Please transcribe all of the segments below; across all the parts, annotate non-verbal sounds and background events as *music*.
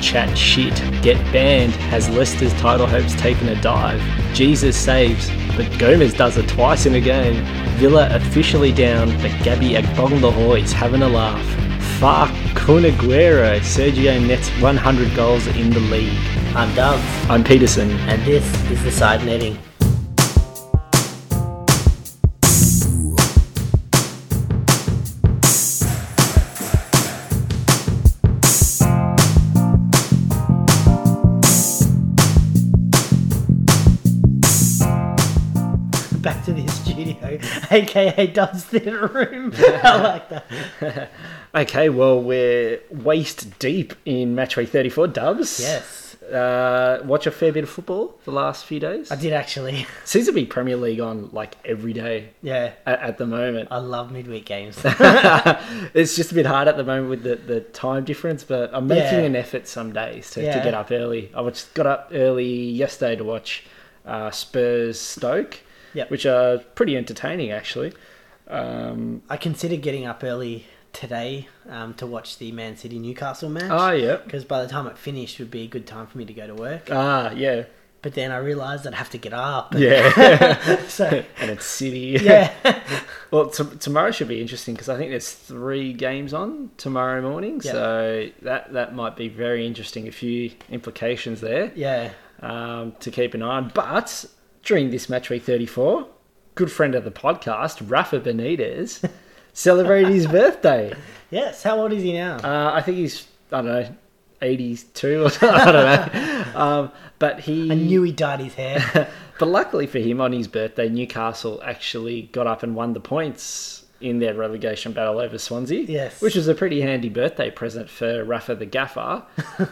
chat shit. Get banned has Leicester's title hopes taken a dive. Jesus saves, but Gomez does it twice in a game. Villa officially down, but Gabby Agbonlahoy's having a laugh. Fuck Kun Aguero, Sergio nets 100 goals in the league. I'm Dove, I'm Peterson. and this is the side netting. Back to the studio, *laughs* aka Dove's theatre *laughs* room. I like that. Okay, well, we're waist deep in matchway 34 dubs. Yes, Uh, watch a fair bit of football the last few days. I did actually. *laughs* Seems to be Premier League on like every day Yeah, at, at the moment. I love midweek games. *laughs* *laughs* it's just a bit hard at the moment with the, the time difference, but I'm making Yeah. an effort some days to, to Yeah. get up early. I just got up early yesterday to watch uh, Spurs Stoke, Yep. which are pretty entertaining actually. Um, I considered getting up early today um, to watch the Man City Newcastle match. ah, yeah. because by the time it finished would be a good time for me to go to work. Ah, *laughs* yeah. But then I realised I'd have to get up. Yeah. *laughs* *laughs* So and it's City. yeah, *laughs* Well, t- tomorrow should be interesting because I think there's three games on tomorrow morning, Yeah. so that that might be very interesting. A few implications there yeah, um, to keep an eye on. But during this match week 34, good friend of the podcast, Rafa Benitez, *laughs* celebrated his birthday. yes. How old is he now? Uh, I think he's I don't know, 82 or *laughs* something, I don't know. Um, but he I knew he dyed his *laughs* hair. but luckily for him, on his birthday, Newcastle actually got up and won the points in their relegation battle over Swansea. Yes. Which was a pretty handy birthday present for Rafa the *laughs* Gaffer.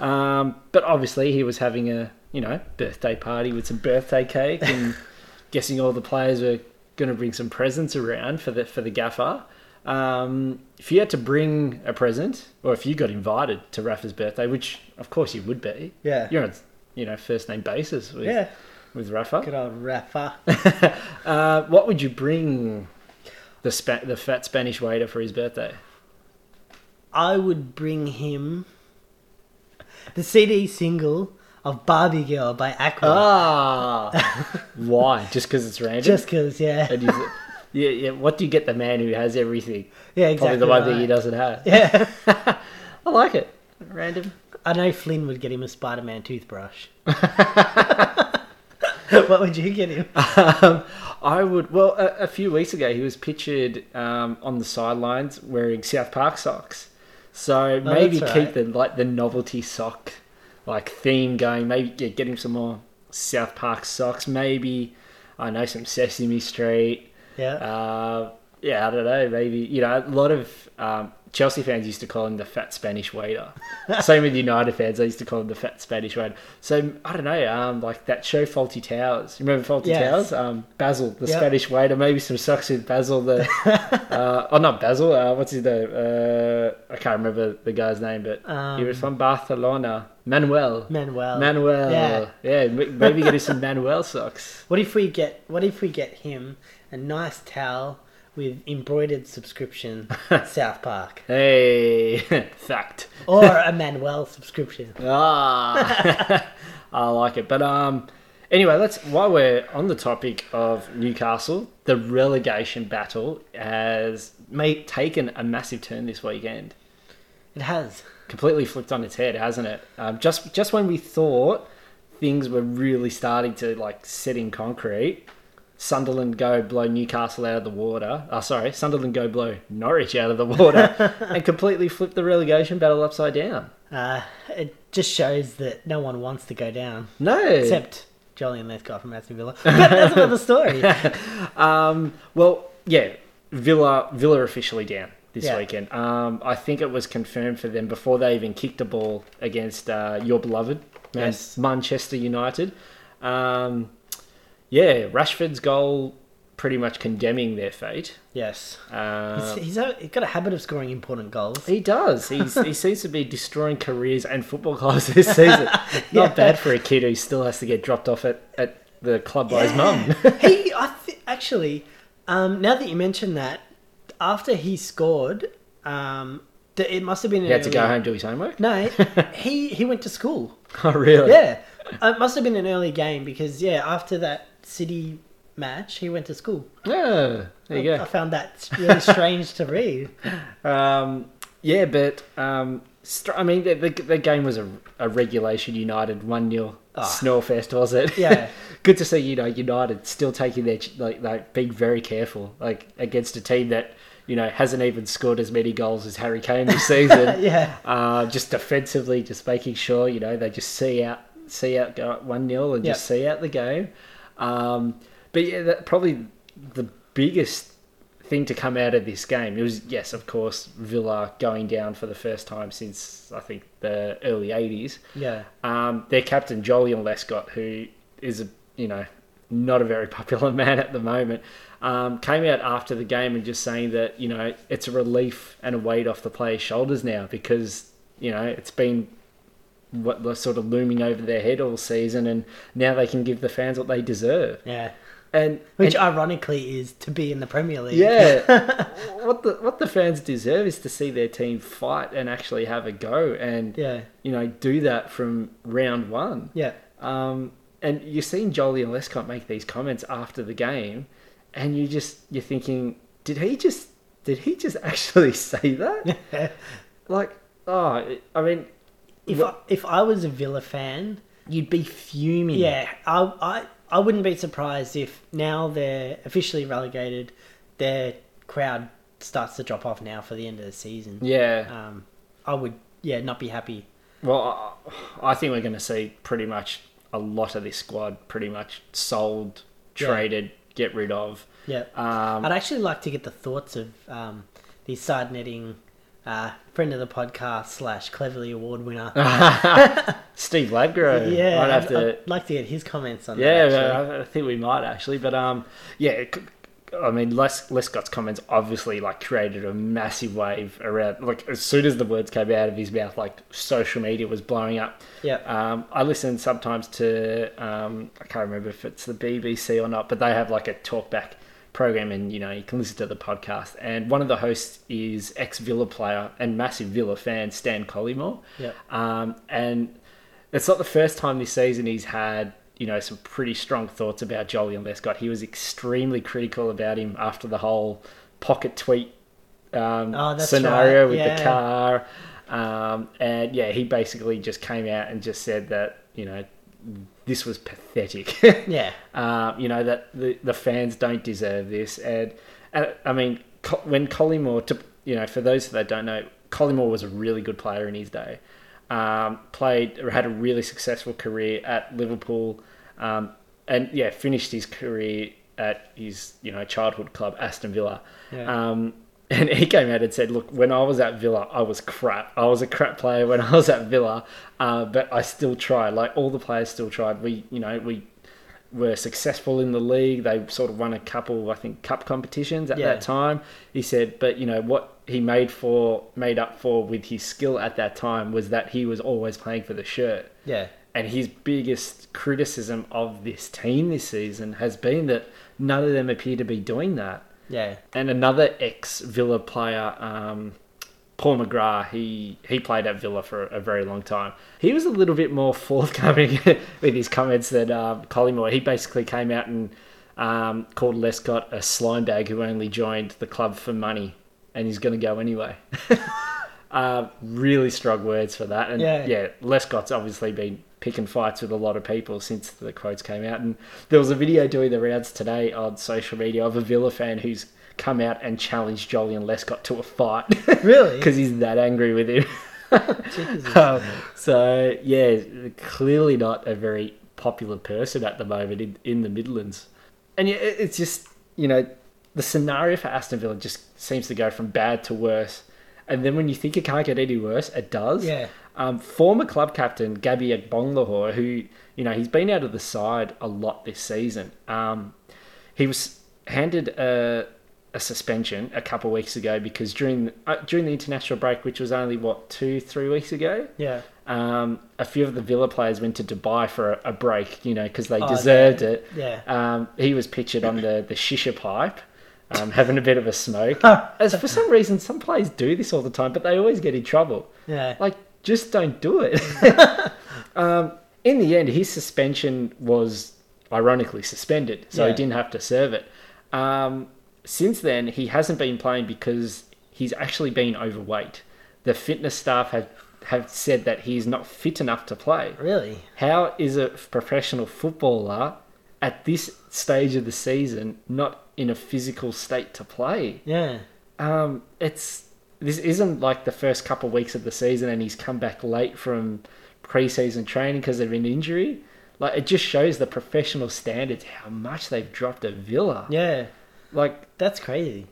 um, but obviously, he was having a, you know, birthday party with some birthday cake *laughs* and guessing all the players were going to bring some presents around for the, for the Gaffer. Um, if you had to bring a present, or if you got invited to Rafa's birthday, which of course you would be, Yeah. you're on you know first name basis with yeah, with Rafa. good old Rafa. *laughs* Uh, what would you bring the spa- the fat Spanish waiter for his birthday? I would bring him the CD single of Barbie Girl by Oh. Aqua. Ah, *laughs* why? Just because it's random? Just 'cause, yeah, And you- yeah, yeah. What do you get the man who has everything? yeah, Probably exactly. the one thing he right. doesn't have. Yeah, I like it. Random. I know Flynn would get him a Spider-Man toothbrush. *laughs* what would you get him? Um, I would. Well, a, a few weeks ago, he was pictured um, on the sidelines wearing South Park socks. So maybe Oh, that's keep right. the like the novelty sock like theme going. Maybe yeah, get him some more South Park socks. Maybe I know some Sesame Street. Yeah, Uh, yeah, I don't know. Maybe you know a lot of um, Chelsea fans used to call him the fat Spanish *laughs* waiter. Same with United fans, they used to call him the fat Spanish waiter. So I don't know. Um, like that show, Faulty Towers. You remember Faulty Yes. Towers? Um, Basil, the Yep. Spanish waiter. Maybe some socks with Basil. *laughs* The uh, oh, not Basil. Uh, what's his name? Uh, I can't remember the guy's name, but he was Um, from Barcelona. Manuel. Manuel. Manuel. Yeah. yeah m- maybe get him some Manuel socks. What if we get what if we get him a nice towel with embroidered subscription South Park Hey, *laughs* fact. or a Manuel subscription? Ah, *laughs* I like it. But um, anyway, let's while we're on the topic of Newcastle, the relegation battle has made taken a massive turn this weekend. It has. Completely flipped on its head, hasn't it? Um, just just when we thought things were really starting to like set in concrete. Sunderland go blow Newcastle out of the water. Oh, sorry, Sunderland go blow Norwich out of the water *laughs* and completely flip the relegation battle upside down. Uh, it just shows that no one wants to go down No. except Jolyon Lithgow from Aston Villa. But that's another story. Um, well, yeah, Villa Villa officially down this Yeah. weekend. Um, I think it was confirmed for them before they even kicked a ball against uh, your beloved Man- Yes. Manchester United. Um, yeah, Rashford's goal pretty much condemning their fate. Yes, Uh, he's, he's, a, he's got a habit of scoring important goals. he does. He's, *laughs* he seems to be destroying careers and football clubs this season. Not Yeah. bad for a kid who still has to get dropped off at, at the club by his mum. he, I th- actually, um, now that you mention that, after he scored, um, th- it must have *laughs* been. He had to go early- home do his homework. No, *laughs* he he went to school. Oh, really? Yeah, Uh, it must have been an early game because yeah, after that City match, he went to school. Yeah, Ah, there you I- go. I found that really strange *laughs* to read. Um, yeah, but um, str- I mean, the, the, the game was a, a regulation United one 0 Ah. Snorefest, was it? Yeah. *laughs* Good to see you know United still taking their ch- like like being very careful like against a team that you know hasn't even scored as many goals as Harry Kane *laughs* this season. Yeah, uh, just defensively, just making sure you know they just see out, see out go one 0 and just see out the game. Um, but yeah, that probably the biggest thing to come out of this game. It was yes, of course, Villa going down for the first time since I think the early eighties. yeah, Um, their captain Jolyon Lescott, who is a you know not a very *laughs* popular man at the moment, um, came out after the game and just saying that you know it's a relief and a weight off the players' shoulders now because you know it's been what was sort of looming over their head all season, and now they can give the fans what they deserve. yeah. And Which and- ironically is to be in the Premier League. yeah, what the what the fans deserve is to see their team fight and actually have a go, and yeah, you know do that from round one. yeah. Um, and you're seeing Jolie and Lescott make these comments after the game, and you just you're thinking, did he just did he just *laughs* actually say that? *laughs* like, oh, I mean, If I, if I was a Villa fan, you'd be fuming. yeah, I, I I wouldn't be surprised if now they're officially relegated, their crowd starts to drop off now for the end of the season. yeah. Um, I would yeah not be happy. Well, I I think we're going to see pretty much a lot of this squad pretty much sold, Yeah. traded, get rid of. Yeah, Um, I'd actually like to get the thoughts of um, the side netting uh, friend of the podcast slash cleverly award *laughs* winner. Steve Labgro. yeah, I'd have I'd, to. I'd like to get his comments on Yeah, that. actually. I I think we might actually, but um, yeah. It, could- I mean, Les Lescott's comments obviously like created a massive wave around. Like as soon as the words came out of his mouth, like social media was blowing up. Yeah. Um, I listen sometimes to um, I can't remember if it's the BBC or not, but they have like a talk back program, and you know you can listen to the podcast. And one of the hosts is ex Villa player and massive Villa fan Stan Collymore. Yeah. Um, and it's not the first time this season he's had, you know, some pretty strong thoughts about Jolyon Lescott. He was extremely critical about him after the whole pocket tweet um, Oh, that's scenario right. with Yeah. the car. Um, and yeah, he basically just came out and just said that, you know, this was pathetic. *laughs* yeah, um, you know that the, the fans don't deserve this. And, and I mean, Co- when Collymore, to, you know, for those that don't know, Collymore was a really good player in his day. Um, played had a really successful career at Liverpool, um, and yeah, finished his career at his you know childhood club Aston Villa. Yeah. Um, *laughs* and he came out and said, "Look, when I was at Villa, I was crap. I was a crap player when *laughs* I was at Villa, uh, but I still tried. Like all the players still tried. We, you know, we were successful in the league. They sort of won a couple, I think, cup competitions at Yeah. that time. He said, but you know what he made for, made up for with his skill at that time was that he was always playing for the shirt. yeah, And his biggest criticism of this team this season has been that none of them appear to be doing that *laughs* yeah, and another ex Villa player, um, Paul McGrath. He he played at Villa for a very long time. He was a little bit more *laughs* forthcoming with his comments than um, Collymore. He basically came out and um, called Lescott a slime bag who only joined the club for money, and he's going to go anyway. Uh, really strong words for that, and Yeah. yeah. Lescott's obviously been picking fights with a lot of people since the quotes came out, and there was a video doing the rounds today on social media of a Villa fan who's come out and challenged Jolyon Lescott to a fight *laughs* really. because he's that angry with him. *laughs* Um, so yeah, clearly not a very popular person at the moment in, in the Midlands, and yeah, it- it's just you know the scenario for Aston Villa just seems to go from bad to worse, and then when you think it can't get any worse, it does. Yeah. Um, former club captain Gabby Agbonlahor, who you know he's been out of the side a lot this season. Um, he was handed a, a suspension a couple of weeks ago because during uh, during the international break, which was only what two three weeks ago, Yeah, um, a few of the Villa players went to Dubai for a, a break, you know, because they Oh, deserved it. yeah. Um, he was pictured on the, the shisha pipe. um, having a bit of a *laughs* smoke. As for some reason, some players do this all the time, but they always get in trouble. Yeah. Like, just don't do it. um, in the end, his suspension was ironically suspended, so he Yeah. didn't have to serve it. Um, since then, he hasn't been playing because he's actually been overweight. The fitness staff have, have said that he's not fit enough to play. Really? How is a professional footballer at this stage of the season not in a physical state to play? Yeah. Um, it's this isn't like the first couple of weeks of the season, and he's come back late from pre-season training because of an injury. Like it just shows the professional standards how much they've dropped at Villa. Yeah. Like That's crazy.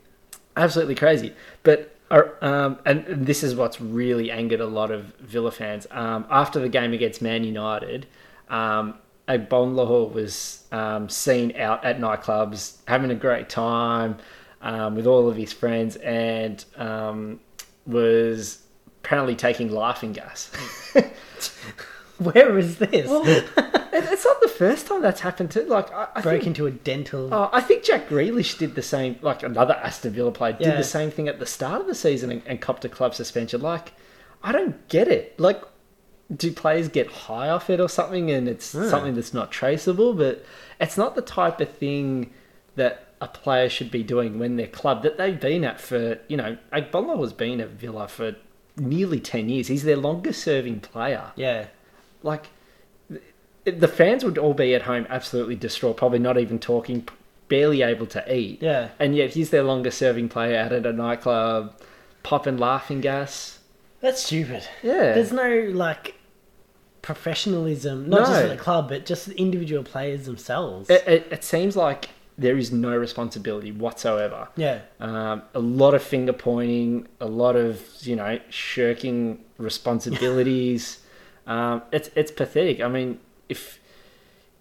absolutely crazy. But uh, um, and this is what's really angered a lot of Villa fans. Um, after the game against Man United, um, Agbon Lahore was um, seen out at nightclubs having a great time um, with all of his friends and um, was apparently taking laughing gas. Where is this? *laughs* Well, it- it's not the first time that's happened to like I, I Broke think into a dental. Oh, I think Jack Grealish did the same, like another Aston Villa player, did Yeah. the same thing at the start of the season and, and copped a club suspension. Like, I don't get it. Like, do players get high off it or something and it's something that's not traceable? But it's not the type of thing that a player should be doing when their club that they've been at for, you know, Agbonla has been at Villa for nearly 10 years. He's their longest serving player Yeah. like th- the fans would all be at home absolutely distraught probably not even talking p- barely able to eat Yeah. and yet he's their longest serving player out at a nightclub popping laughing gas That's stupid. yeah There's no like professionalism, not just No. Eh. for the club, but just the individual players themselves. it, it, it seems like there is no responsibility whatsoever yeah. um, a lot of finger pointing a lot of you know shirking responsibilities um, it's it's pathetic i mean if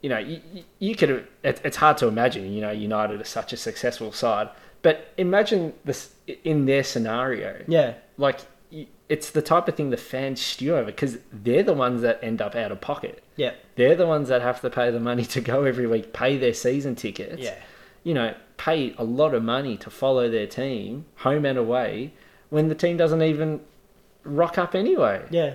you know, you, you- you could. have- It, it's hard to imagine. You know, United are such a successful side, but imagine this in their scenario. Yeah. Like, you- it's the type of thing the fans stew over because they're the ones that end up out of pocket. Yeah. They're the ones that have to pay the money to go every week, pay their season tickets. Yeah. You know, pay a lot of money to follow their team home and away when the team doesn't even rock up anyway. Yeah.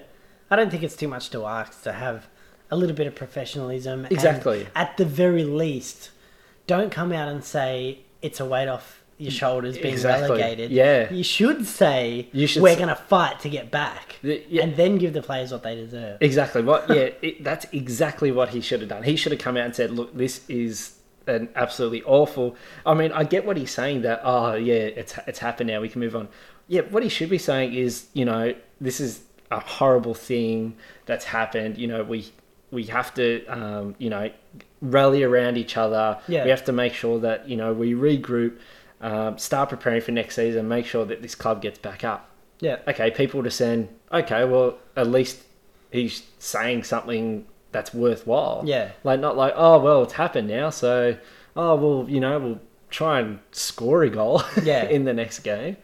I don't think it's too much to ask to have a little bit of professionalism. and Exactly. at the very least, don't come out and say it's a weight off your shoulders being Exactly. relegated. Yeah. You should say You should we're say- going to fight to get back The- yeah. and then give the players what they deserve. Exactly. What? Yeah, it, that's exactly what he should have done. He should have come out and said, "Look, this is an absolutely awful." I mean, I get what he's saying that, "Oh, yeah, it's it's happened now. We can move on." Yeah, what he should be saying is, you know, this is a horrible thing that's happened. You know, we we have to, um, you know, rally around each other. Yeah. We have to make sure that you know we regroup, um, start preparing for next season, make sure that this club gets back up yeah. okay, people to send, okay, well, at least he's saying something that's worthwhile. Yeah. Like, not like, oh, well, it's happened now, so, oh, well, you know, we'll try and score a goal *laughs* Yeah. in the next game.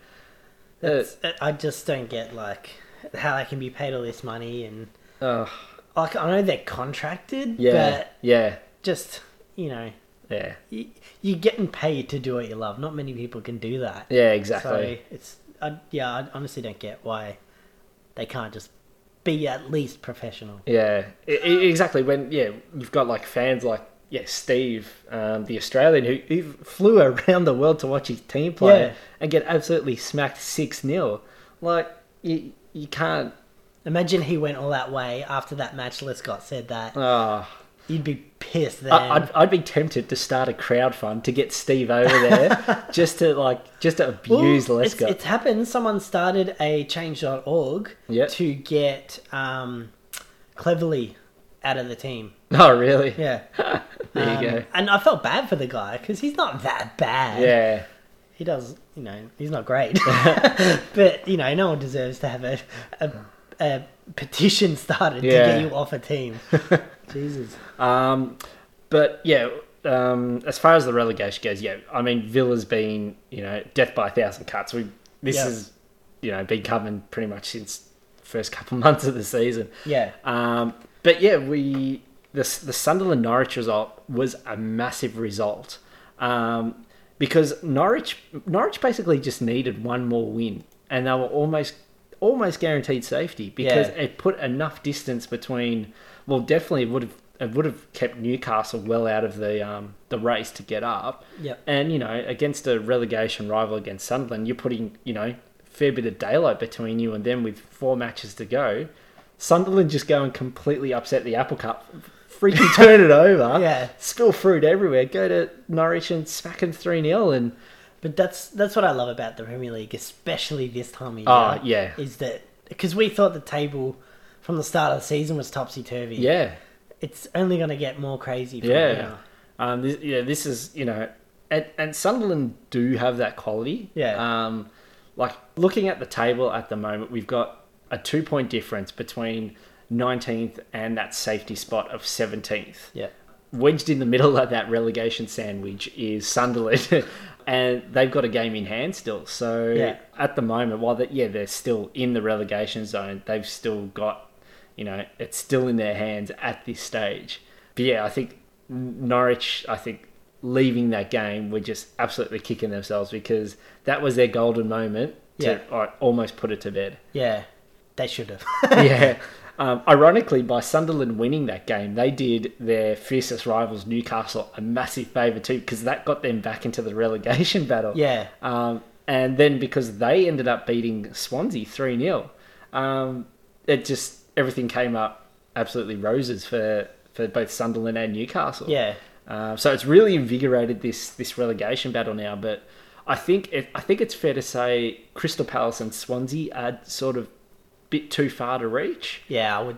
Uh, That's, I just don't get like how they can be paid all this money and oh, like I know they're contracted, yeah, but yeah, just you know, yeah, you, you're getting paid to do what you love. Not many people can do that. yeah, exactly. So it's I, yeah, I honestly don't get why they can't just be at least professional. Yeah, e- e- exactly. When yeah, you've got like fans like yeah, Steve, um, the Australian who, who flew around the world to watch his team play Yeah. and get absolutely smacked six 0 Like you, you can't. Imagine he went all that way after that match. Les Scott said that ah. you'd be pissed then. I- I'd, I'd be tempted to start a crowdfund to get Steve over *laughs* there just to like just to Well, abuse it's, Leska. it's happened. Someone started a change.org Yep. to get um, cleverly out of the team. Oh really? Yeah. *laughs* There you Um, go. And I felt bad for the guy because he's not that bad. Yeah. he does, you know, he's *laughs* not great. *laughs* but, you know, no one deserves to have a, a, a petition started Yeah. to get you off *laughs* a team. Jesus. Um, but yeah, um, as far as the relegation goes, yeah, I mean Villa's been you know death by a thousand cuts. We this Yeah. is you know been coming pretty much since first couple *laughs* months of the season. Yeah. Um, but yeah, we the the Sunderland Norwich result was a massive result. Um, because Norwich Norwich basically just needed one more win, and they were almost almost guaranteed safety because Yeah. it put enough distance between. Well, definitely would have it would have kept Newcastle well out of the um, the race to get up. Yep. And you know, against a relegation rival against Sunderland, you're putting you know fair bit of daylight between you and them with four matches to go. Sunderland just go and completely upset the apple cup, freaking *laughs* turn it over, Yeah. spill fruit everywhere, go to Norwich and smack them three 0 and But that's that's what I love about the Premier League, especially this time of year. Ah, yeah. Is that because we thought the table from the start of the season was topsy turvy. yeah, It's only going to get more crazy. From yeah, Now. um, this, yeah. This is you know, and, and Sunderland do have that quality. Yeah. Um, like looking at the table at the moment, we've got a two point difference between 19th and that safety spot of 17th. Yeah. wedged in the middle of that relegation sandwich is Sunderland, *laughs* and they've got a game in hand still. So Yeah. at the moment, while that yeah they're still in the relegation zone, they've still got you know it's still in their hands at this stage. But yeah, I think N- Norwich, I think leaving that game were just absolutely kicking themselves because that was their golden moment to Yeah. uh, almost put it to bed Yeah. They should have. *laughs* yeah. *laughs* Um, ironically, by Sunderland winning that game, they did their fiercest rivals Newcastle a massive favour too, because that got them back into the *laughs* relegation battle. yeah. Um, and then because they ended up beating Swansea three 0 um, it just everything came up absolutely roses for for both Sunderland and Newcastle. Yeah. Um, so it's really invigorated this this relegation battle now. But I think it, I think it's fair to say Crystal Palace and Swansea are sort of bit too far to reach. Yeah. I would.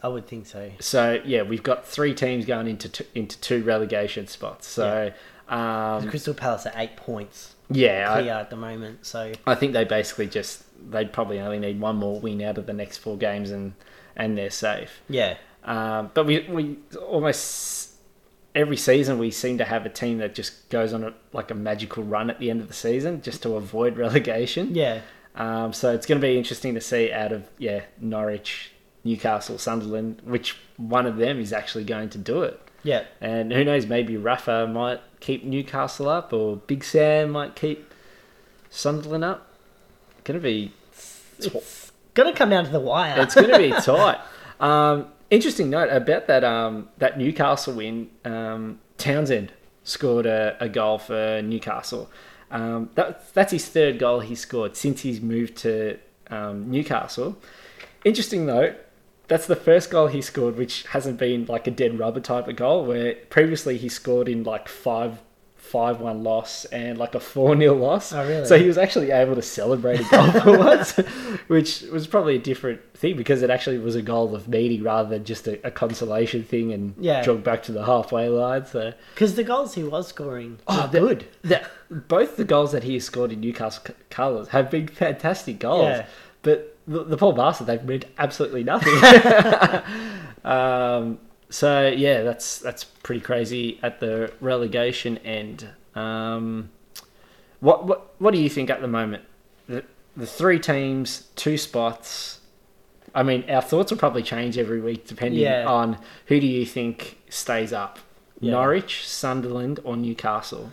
I would think so. So yeah, we've got three teams going into two, into two relegation spots. So um, Crystal Palace are eight points yeah, I- clear at the moment. So I think they basically just they'd probably only need one more win out of the next four games and and they're safe. yeah. Um, but we we almost every season we seem to have a team that just goes on a, like a magical run at the end of the season just to avoid *laughs* relegation. Yeah. Um, so it's going to be interesting to see out of yeah Norwich, Newcastle, Sunderland, which one of them is actually going to do it. Yeah. And who knows, maybe Rafa might keep Newcastle up, or Big Sam might keep Sunderland up. Going to be It's gonna come down to the *laughs* wire. it's going to be tight. Um, interesting note about that um, that Newcastle win. Um, Townsend scored a, a goal for Newcastle. Um, that, that's his third goal he scored since he's moved to um, Newcastle. Interesting note. That's the first goal he scored, which hasn't been like a dead rubber type of goal. Where previously he scored in like five, five one loss and like a four 0 loss. Oh, really? So he was actually able to celebrate a goal *laughs* for once, which was probably a different thing because it actually was a goal of meaning rather than just a, a consolation thing and Yeah. jog back to the halfway line. So Because the goals he was scoring. oh, good. both the goals that he scored in Newcastle c- colours have been fantastic goals, Yeah. but the, the poor bastard they've meant absolutely nothing. um, so yeah, that's that's pretty crazy at the relegation end. Um, what what what do you think at the moment? The the three teams, two spots. I mean, our thoughts will probably change every week depending Yeah. on who do you think stays up. Yeah. Norwich, Sunderland, or Newcastle?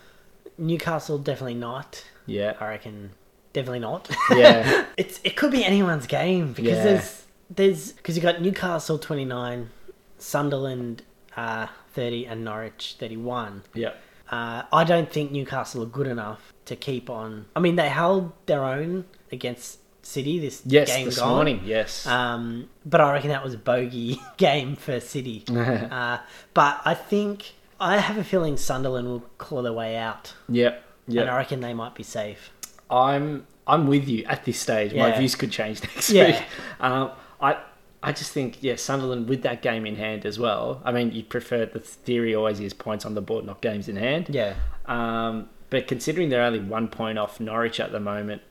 Newcastle definitely not. Yeah, I reckon definitely not. *laughs* *laughs* yeah, it's it could be anyone's game because Yeah. there's there's because you got Newcastle twenty nine, Sunderland uh, thirty, and Norwich thirty one. yeah, Uh, I don't think Newcastle are good enough to keep on. I mean, they held their own against City this yes. game this gone. morning, yes, Um, but I reckon that was a bogey *laughs* game for City. *laughs* uh, but I think I have a feeling Sunderland will claw their way out, yep, and I yep. reckon they might be safe. I'm I'm with you at this stage. My Yeah. views could change *laughs* next Yeah. week. Um, I I just think yeah, Sunderland with that game in hand as well. I mean, you prefer the theory always is points on the board, not games in hand. Yeah, Um, but considering they're only one point off Norwich at the moment,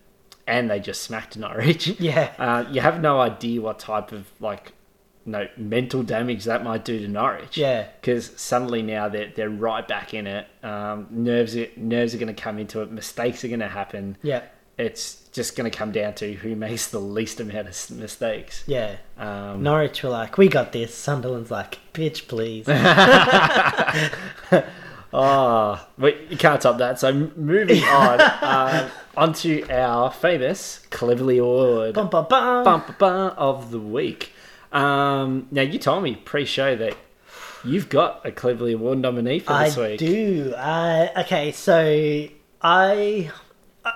and they just smacked Norwich, *laughs* Yeah. *laughs* uh, you have no idea what type of like, no mental damage that might do to Norwich. Yeah. because suddenly now they're they're right back in it. Um, nerves are, nerves are going to come into it. Mistakes are going to happen. yeah, It's just going to come down to who makes the least amount of s- mistakes. yeah. Um, *laughs* Norwich were like, "We got this." Sunderland's like, "Bitch, please." Ah, wait, you can't top that. So m- *laughs* moving on, uh, onto our famous cleverly ordered Bum, bum, bum. bump bar of the week. Um, now you told me pre-show that you've got a cleverly award nominee for I this week. do. Uh, okay, so I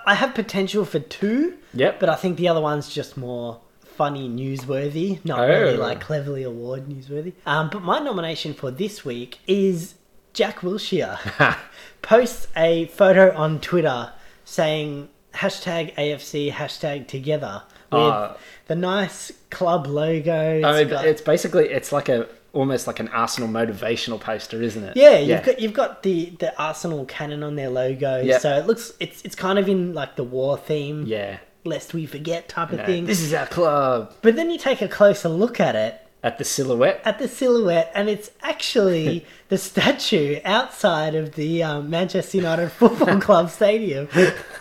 I have potential for two, Yep. but I think the other one's just more funny, newsworthy, not really Oh. like cleverly award newsworthy. Um, but my nomination for this week is Jack Wilshere. *laughs* posts a photo on Twitter saying hashtag AFC hashtag together with Ah. the nice club logo. I mean, It's got- it's basically it's like a almost like an Arsenal motivational poster, isn't it? Yeah, you've got you've got the the Arsenal cannon on their logo, Yep. so it looks it's it's kind of in like the war theme, yeah. lest we forget type of No, thing. This is our club But then you take a closer look at it at the *laughs* silhouette. at the silhouette, and it's *laughs* actually the statue outside of the um, Manchester United *laughs* Football Club stadium.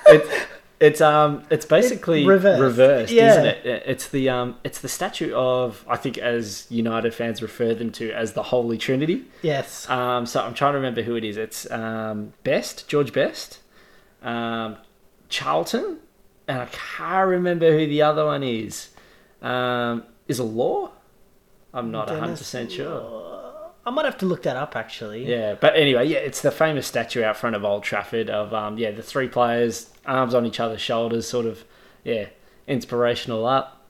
It's it's um it's basically reversed. reversed, Yeah. isn't it? It- It's the um it's the statue of I think as United fans refer them to as the Holy Trinity. Yes, Um, so I'm trying to remember who it is. It's um, Best, George Best, um, Charlton, and I can't remember who the other one is. Um, is it Law? I'm not Dennis 100% sure. I might have to look that up actually. Yeah, but anyway, yeah, it's the famous statue out front of Old Trafford of um, yeah, the three players, arms on each other's shoulders, sort of yeah, inspirational up.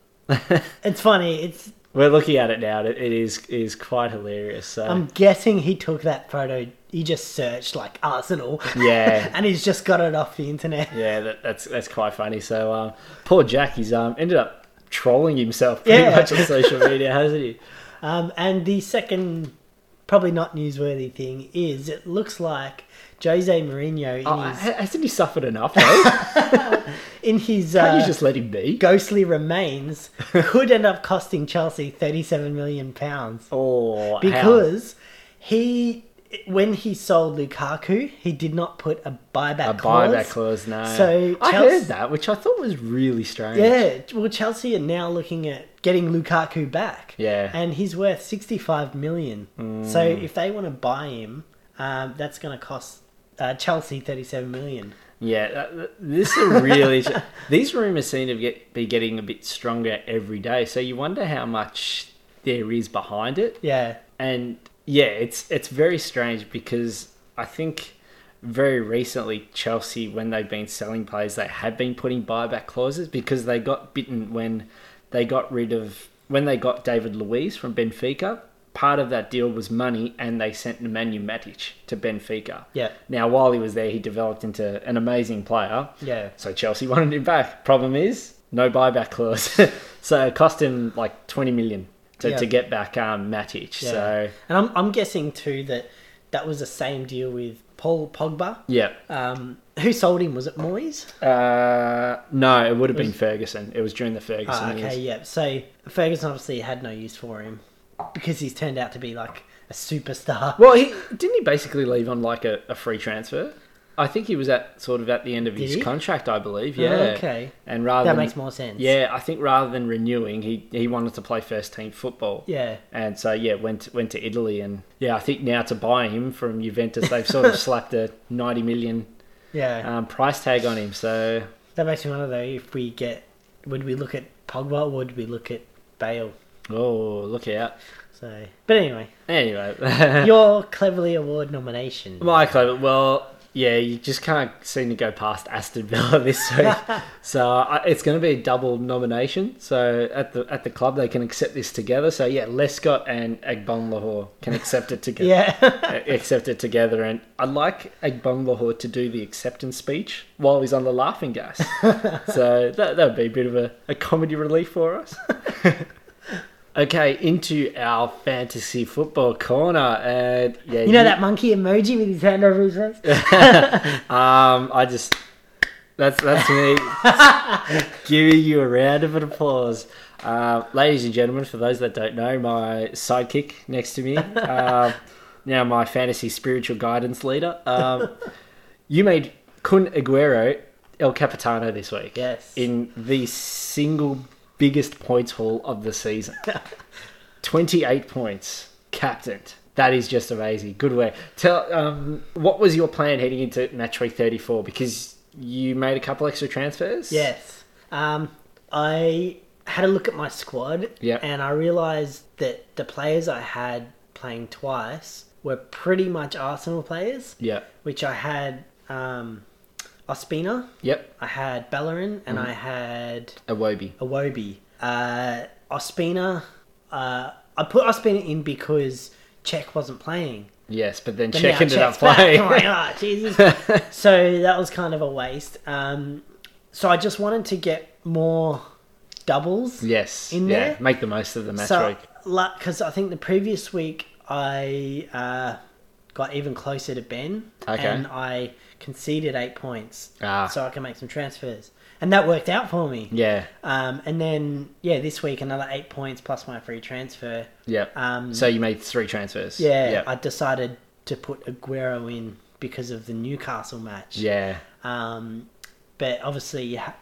It's funny. It's We're looking at it now. and It, it is it is quite hilarious. So. I'm guessing he took that photo. He just searched like Arsenal. Yeah. *laughs* and he's just got it off the internet. Yeah, that, that's that's quite funny. So uh, poor Jack, he's um, ended up trolling himself pretty Yeah. much on *laughs* social media, hasn't he? Um, and the second, probably not newsworthy thing is it looks like Jose Mourinho in Oh, his, ha- hasn't he suffered enough? Though? *laughs* in his Can't uh, you just let him be? *laughs* ghostly remains could end up costing Chelsea thirty-seven million pounds Oh, how- because he. When he sold Lukaku, he did not put a buyback a clause. buyback clause. No, So I Chelsea- heard that, which I thought was really strange. Yeah, well, Chelsea are now looking at getting Lukaku back. Yeah. Mm. and he's worth sixty-five million. So if they want to buy him, um, that's going to cost uh, Chelsea thirty-seven million. yeah. that- that- this is really *laughs* these rumors seem to get, be getting a bit stronger every day. So you wonder how much there is behind it. Yeah, and yeah, it's it's very strange because I think very recently Chelsea, when they've been selling players, they have been putting buyback clauses because they got bitten when they got rid of when they got David Luiz from Benfica. Part of that deal was money, and they sent Nemanja Matic to Benfica. Yeah. Now, while he was there, he developed into an amazing player. Yeah. So Chelsea *laughs* wanted him back. Problem is, no buyback clause. *laughs* so it cost him like twenty million to, Yeah. to get back um, Matic. yeah. So and I'm I'm guessing too that that was the same deal with Paul Pogba. yeah, Um, who sold him? Was it Moyes? uh, no, it would have been Ferguson. It was during the Ferguson Ah, okay, years. yeah. So Ferguson obviously had no use for him because he's turned out to be like a superstar. Well, he didn't he basically leave on like a, a free transfer. I think he was at sort of at the end of his he? Oh, contract, I believe. Yeah. okay. And rather that than, makes more sense. Yeah, I think rather than renewing, he he wanted to play first team football. Yeah. And so yeah, went went to Italy and yeah, I think now to buy him from Juventus, they've sort *laughs* of slapped a ninety million Yeah. um, price tag on him. So That makes me wonder though if we get would we look at Pogba or would we look at Bale? oh, look out. So, but anyway, Anyway, *laughs* your cleverly award nomination. my club. Well, yeah, you just can't seem to go past Aston Villa *laughs* this *laughs* week, so I, it's going to be a double nomination. So at the at the club, they can accept this together. So yeah, Lescott and Agbon Lahore can accept it together. *laughs* uh, yeah, accept it together. And I'd like Agbon Lahore to do the acceptance speech while he's on the laughing *laughs* gas. so that, that would be a bit of a, a comedy relief for *laughs* us. okay, into our fantasy football corner. And yeah, you know that monkey emoji with his hand over his face. Um, I just. That's that's me giving you a round of applause, uh, ladies and gentlemen. For those that don't know, my sidekick next to me, um, now my fantasy spiritual guidance leader. Um, you made Kun Aguero El Capitano this week. Yes. in the single biggest points haul of the season, twenty eight points, captained That is just amazing. Good work. Tell um, what was your plan heading into match week thirty four? Because you made a couple extra transfers. Yes. Um, I had a look at my squad Yep. and I realised that the players I had playing twice were pretty much Arsenal players, Yep. which I had um, Ospina, Yep. I had Bellerin, and I had Awobi. Awobi. Uh, Ospina, uh, I put Ospina in because Czech wasn't playing. Yes, but then But Czech now ended up Czech's back. *laughs* playing. I'm like, "Ah, Jesus. so that was kind of a waste. Um, so I just wanted to get more doubles. *laughs* yes. In yeah. there? Make the most of the match so, week. because I think the previous week I uh, got even closer to Ben, Okay. and I conceded eight points, Ah. so I can make some transfers, and that worked out for me. Yeah. Um, and then yeah, this week another eight points plus my free transfer. Yep. Um, so you made three transfers. Yeah, Yep. I decided to put Aguero in because of the Newcastle match. yeah. Um, but obviously, you ha-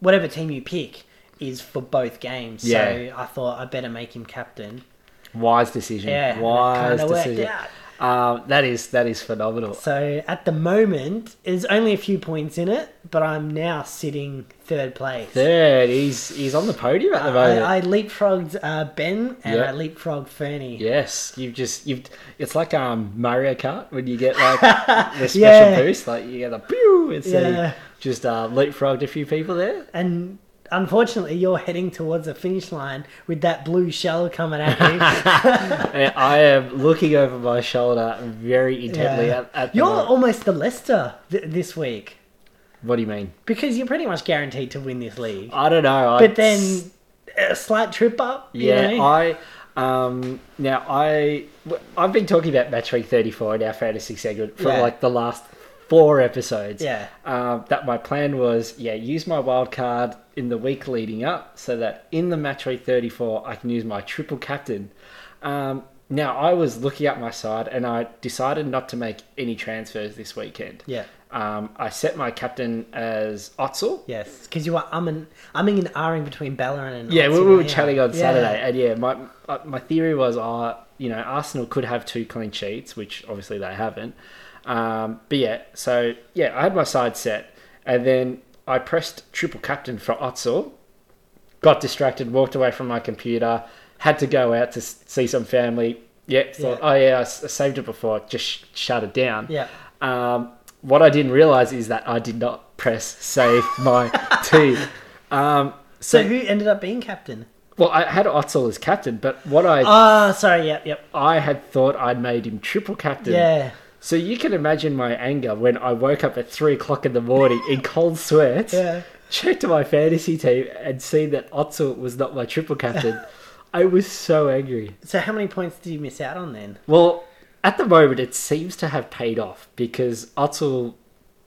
whatever team you pick is for both games. Yeah. So I thought I better make him captain. Wise decision. Yeah, and it Wise kinda worked decision. out. Um, that is that is phenomenal. So at the moment, there's only a few points in it, but I'm now sitting third place. Third, he's he's on the podium at the moment. I, I leapfrogged uh, Ben and Yeah. I leapfrogged Fernie. Yes, you've just you've. It's like um Mario Kart when you get *laughs* like the special Yeah. boost, like you get the pew. It's Yeah. yeah. just uh, leapfrogged a few people there. And unfortunately, you're heading towards the finish line with that blue shell coming *laughs* at you. And I am looking over my shoulder very intently Yeah. at, at the you're moment. almost the Leicester th- this week What do you mean? because you're pretty much guaranteed to win this league. I don't know. I, but then a slight trip up. you yeah, know? I. Um, now I, w- I've been talking about match week thirty four in our fantasy segment for Yeah. like the last four episodes. Yeah. Um, that my plan was, yeah, use my wild card in the week leading up, so that in the match week thirty four I can use my triple captain. Um, now I was looking at my side and I decided not to make any transfers this weekend. Yeah. Um, I set my captain as Otzel. Yes, because you were umming, umming and ahhing between Bellerin and Yeah, we, Otzi, we were weren't you? chatting on Yeah. Saturday, and yeah, my uh, my theory was, uh, you know, Arsenal could have two clean sheets, which obviously they haven't. Um, but yeah, so yeah, I had my side set, and then I pressed triple captain for Otzel, got distracted, walked away from my computer, had to go out to s- see some family. Yeah, thought, Yeah. oh yeah, I s- I saved it before, just sh- shut it down. Yeah. Um, what I didn't realize is that I did not press save my team. Um, So who ended up being captain? well, I had Otzel as captain, but what I Ah, sorry. Yep, yep. I had thought I'd made him triple captain. Yeah, So you can imagine my anger when I woke up at three o'clock in the morning *laughs* in cold sweats, Yeah. checked my fantasy team, and seen that Otzel was not my triple captain. I was so angry. So how many points did you miss out on then? Well, at the moment, it seems to have paid off because Otzel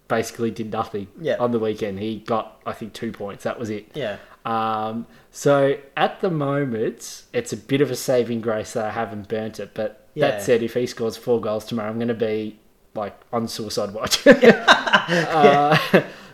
basically did nothing Yeah. on the weekend. He got, I think, two points. That was it. Yeah. Um, so at the moment, it's a bit of a saving grace that I haven't burnt it. But Yeah. that said, if he scores four goals tomorrow, I'm going to be like on suicide *laughs* watch. *laughs* uh,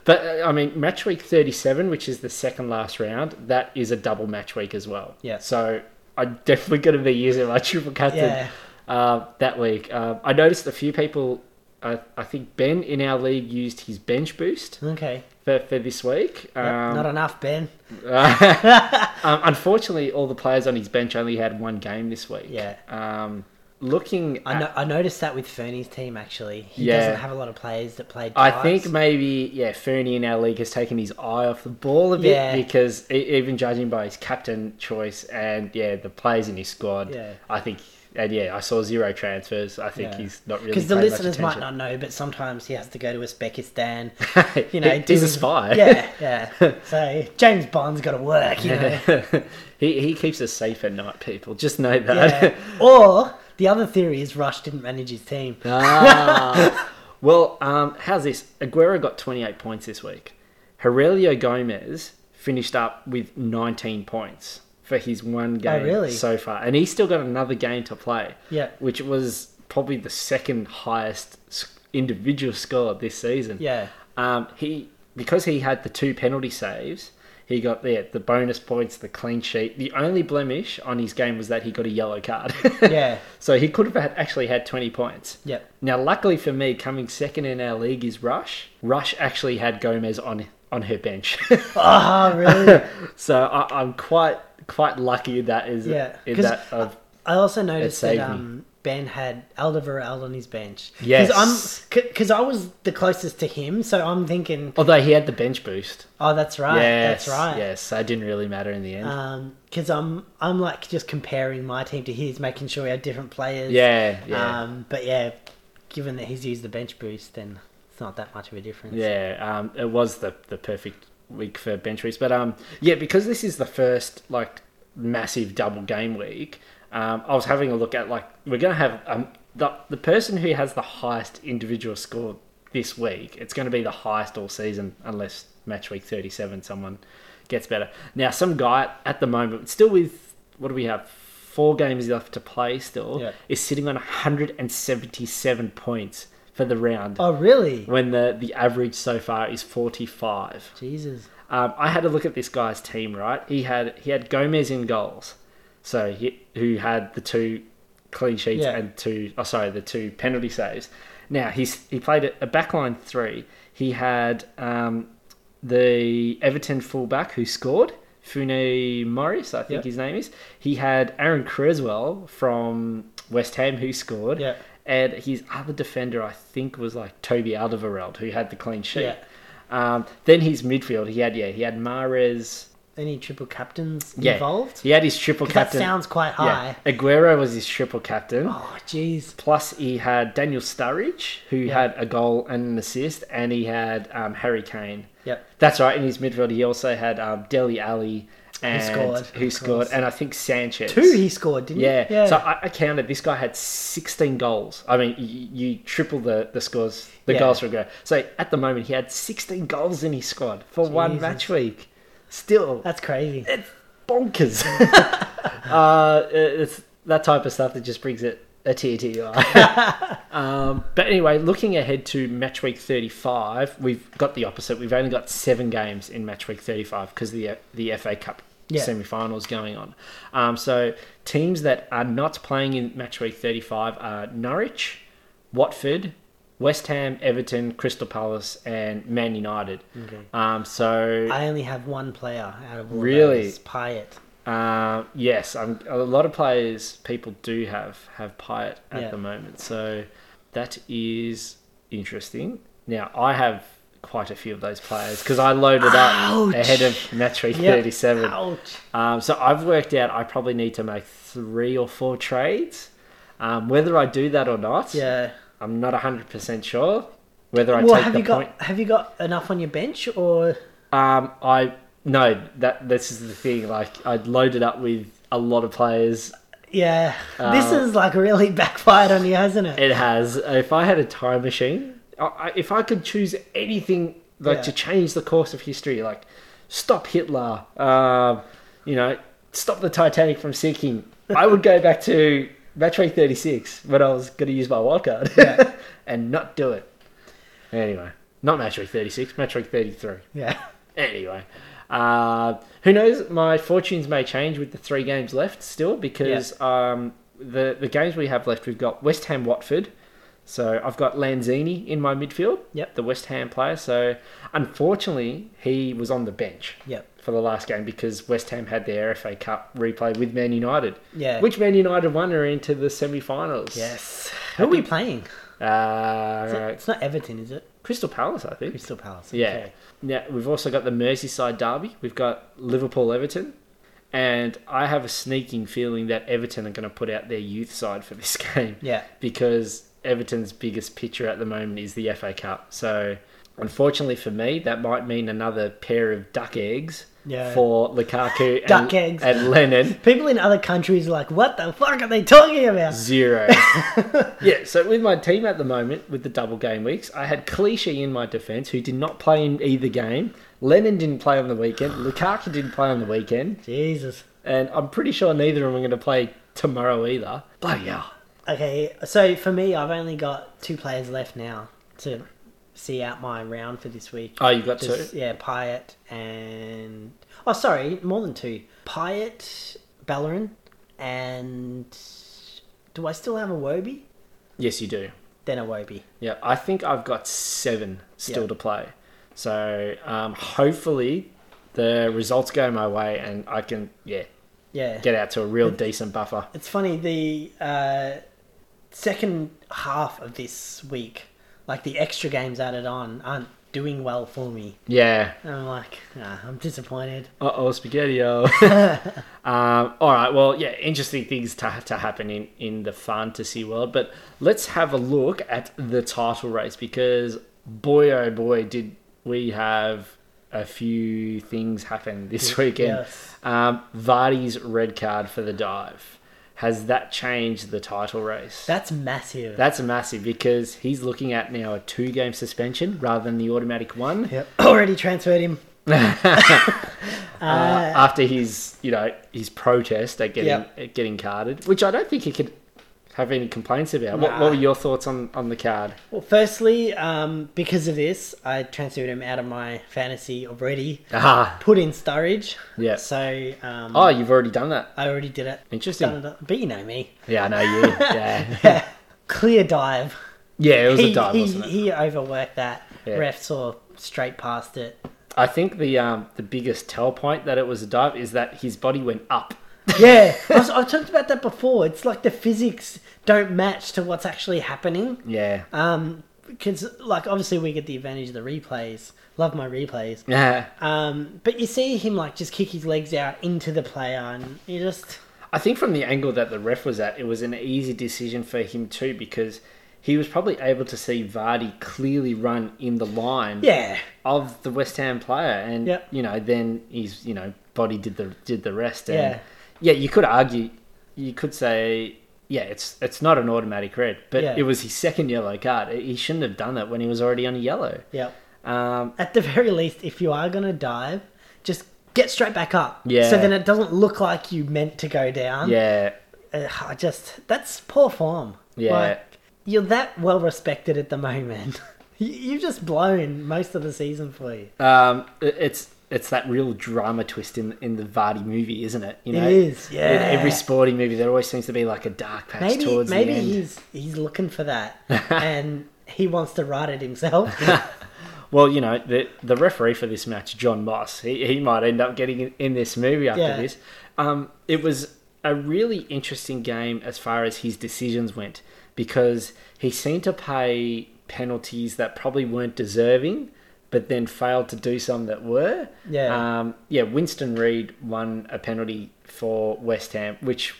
but uh, I mean, match week 37, which is the second last round, that is a double match week as well. Yeah. So I'm definitely going to be using my triple captain Yeah. uh, that week. Um I noticed a few people. I, I think Ben in our league used his bench boost Okay. for, for this week. Yep, Um, Not enough, Ben. um, unfortunately, all the players on his bench only had one game this week. Yeah. Um, looking, I, at- no- I noticed that with Fernie's team actually. He Yeah. doesn't have a lot of players that played. I think twice. maybe yeah, Fernie in our league has taken his eye off the ball a bit Yeah. because e- even judging by his captain choice and yeah, the players in his squad, Yeah. I think. And yeah, I saw zero transfers. I think Yeah. he's not really. because the paying much listeners might attention. not know, but sometimes he has to go to Uzbekistan. He- *laughs* You know, he's a doing- spy. *laughs* *laughs* Yeah, yeah. So James Bond's got to work, you know. he he keeps us safe at night, people. Just know that. Yeah. or the other theory is Rush didn't manage his team. *laughs* Ah. well, um, how's this? Aguero got 28 points this week. Aurelio Gomez finished up with 19 points for his one game Oh, really? so far. And he's still got another game to play. Yeah. Which was probably the second highest s- individual score this season. Yeah. Um, he Because he had the two penalty saves, He got yeah, the bonus points, the clean sheet. The only blemish on his game was that he got a yellow card. *laughs* Yeah. so he could have had, actually had 20 points. Yep. Now, luckily for me, coming second in our league is Rush. Rush actually had Gomez on on her bench, *laughs* *laughs* Ah, really? so I, I'm quite quite lucky that is Yeah, in 'cause that I've I also noticed that saved me. um, Ben had Alderweireld on his bench. Yes. Because I was the closest to him, so I'm thinking, Although he had the bench boost. oh, that's right. yes, that's right. Um, Yes, so it didn't really matter in the end. because I'm I'm like just comparing my team to his, making sure we have different players. yeah, yeah. Um, but yeah, given that he's used the bench boost, then it's not that much of a difference. yeah, um, it was the, the perfect week for bench boost. But um, yeah, because this is the first like massive double game week, um, I was having a look at like, we're going to have um, the, the person who has the highest individual score this week, it's going to be the highest all season unless match week 37 someone gets better. Now, some guy at the moment, still with, what do we have? Four games left to play still, Yeah. is sitting on 177 points for the round Oh really? when the, the average so far is 45. Jesus. Um, I had a look at this guy's team, right? He had he had Gomez in goals, so he, who had the two clean sheets Yeah. and two oh sorry the two penalty saves. Now he's he played a, a backline three. He had um, the Everton fullback who scored Fune Morris, I think Yep. his name is. He had Aaron Creswell from West Ham who scored, Yep. and his other defender I think was like Toby Alderweireld who had the clean sheet. Yeah. Um, then his midfield, he had yeah, he had Mares. Any triple captains Yeah, involved? He had his triple 'Cause captain. That sounds quite yeah, high. Aguero was his triple captain. Oh jeez. Plus, he had Daniel Sturridge, who Yeah. had a goal and an assist, and he had um, Harry Kane. Yep. That's right. In his midfield, he also had um, Deli Ali, and scored, of who course. scored, and I think Sanchez. Two he scored, didn't Yeah. he? Yeah. So I, I counted. This guy had 16 goals. I mean, you, you triple the, the scores, the Yeah. goals for Aguero. So at the moment, he had 16 goals in his squad for one Jesus. match week. Still, That's crazy. it's bonkers. *laughs* uh, it's that type of stuff that just brings it a tear to your eye. *laughs* um, but anyway, looking ahead to match week 35, we've got the opposite. We've only got seven games in match week 35 because the the FA Cup Yeah. semi finals going on. Um, so teams that are not playing in match week 35 are Norwich, Watford. West Ham, Everton, Crystal Palace, and Man United. Okay. Um, so I only have one player out of all Really? those. Pyatt. Uh, yes, I'm, a lot of players people do have have Pyatt at Yeah. the moment, so that is interesting. Now I have quite a few of those players because I loaded up Ouch. ahead of match week Yep. 37. Ouch. Um, so I've worked out I probably need to make three or four trades. Um, whether I do that or not, Yeah. I'm not 100% sure. Whether I well, take have the you point. got have you got enough on your bench or Um, I no that this is the thing. Like I loaded up with a lot of players yeah? this Uh, is like really *laughs* backfired on you, hasn't it? It has. If I had a time machine, I- I, if I could choose anything like Yeah. to change the course of history, like stop Hitler, um, you know, stop the Titanic from sinking, I would go back to match week thirty six when I was going to use my wild card Yeah. *laughs* and not do it. Anyway, not match week thirty six, match week thirty three. yeah. Anyway, uh, who knows? My fortunes may change with the three games left still because um, the the games we have left, we've got West Ham, Watford. So I've got Lanzini in my midfield. Yep. the West Ham player. So unfortunately, he was on the bench. Yep. For the last game, because West Ham had their FA Cup replay with Man United, Yeah. which Man United won are into the semi-finals. Yes. Who are we playing? Is it- uh, It's not Everton, is it? Crystal Palace, I think. Crystal Palace. Yeah. okay. Now we've also got the Merseyside derby. We've got Liverpool Everton, and I have a sneaking feeling that Everton are going to put out their youth side for this *laughs* game Yeah. because Everton's biggest picture at the moment is the FA Cup. So unfortunately for me, that might mean another pair of duck eggs Yeah. for Lukaku and, Duck eggs. and Lennon. People in other countries are like, what the fuck are they talking about? Zero. yeah, so with my team at the moment, with the double game weeks, I had Clichy in my defence, who did not play in either game. Lennon didn't play on the weekend. Lukaku didn't play on the weekend. Jesus. And I'm pretty sure neither of them are going to play tomorrow either. Bloody hell. Okay, so for me, I've only got two players left now to see out my round for this week. Oh, you got Just- two? Yeah, Pyatt and oh, sorry, more than two. Pyatt, Bellerin, and do I still have a Wobie? Yes, you do. Then a Wobie. Yeah, I think I've got seven still Yeah. to play. So um, hopefully the results go my way and I can yeah Yeah. get out to a real decent buffer. It's funny the uh, second half of this week, like the extra games added on, aren't doing well for me. Yeah. And I'm like, ah, I'm disappointed. Uh oh, spaghetti-o. um, all right. Well, yeah, interesting things to, to happen in, in the fantasy world. But let's have a look at the title race because boy, oh boy, did we have a few things happen this weekend. Yes. Um, Vardy's red card for the dive. Has that changed the title race? That's massive. That's massive because he's looking at now a two game suspension rather than the automatic one. Yep. *coughs* Already transferred him. uh, after his you know his protest at getting Yep. at getting carded, which I don't think he could have any complaints about. What, Nah. what were your thoughts on on the card? Well, firstly, um, because of this, I transferred him out of my fantasy already. Ah, Put in Sturridge. Yeah. So um, oh, you've already done that. I already did it. Interesting. Done it. But you know me. Yeah, I know *laughs* you. Yeah, Yeah. Clear dive. yeah, it was he, a dive, he, wasn't it? he overworked that. Yeah. Ref saw straight past it. *laughs* I think the um the biggest tell point that it was a dive is that his body went up. Yeah, I was, I've talked about that before. It's like the physics don't match to what's actually happening. Yeah. Um, because like obviously we get the advantage of the replays. Love my replays. Yeah. Um, but you see him like just kick his legs out into the player, and you just I think from the angle that the ref was at, it was an easy decision for him too because he was probably able to see Vardy clearly run in the line. yeah, of the West Ham player, and Yep. you know, then he's you know body did the did the rest. And, Yeah. yeah, you could argue, you could say, yeah, it's it's not an automatic red, but Yeah. it was his second yellow card. He shouldn't have done that when he was already on a yellow. yep. Um, At the very least, if you are gonna dive, just get straight back up. Yeah. So then it doesn't look like you meant to go down. yeah, Uh, I just that's poor form. Yeah. Like, you're that well respected at the moment. *laughs* You- You've just blown most of the season for you. um, it- it's it's that real drama twist in in the Vardy movie, isn't it? You It is, yeah. In every sporting movie, there always seems to be like a dark patch Maybe towards maybe the end. he's he's looking for *laughs* that, and he wants to write it himself. Well, you know, the the referee for this match, John Moss, he, he might end up getting in, in this movie after Yeah. this. Um, it was a really interesting game as far as his decisions went because he seemed to pay penalties that probably weren't deserving, but then failed to do some that were. Yeah. Um, yeah, Winston Reid won a penalty for West Ham, which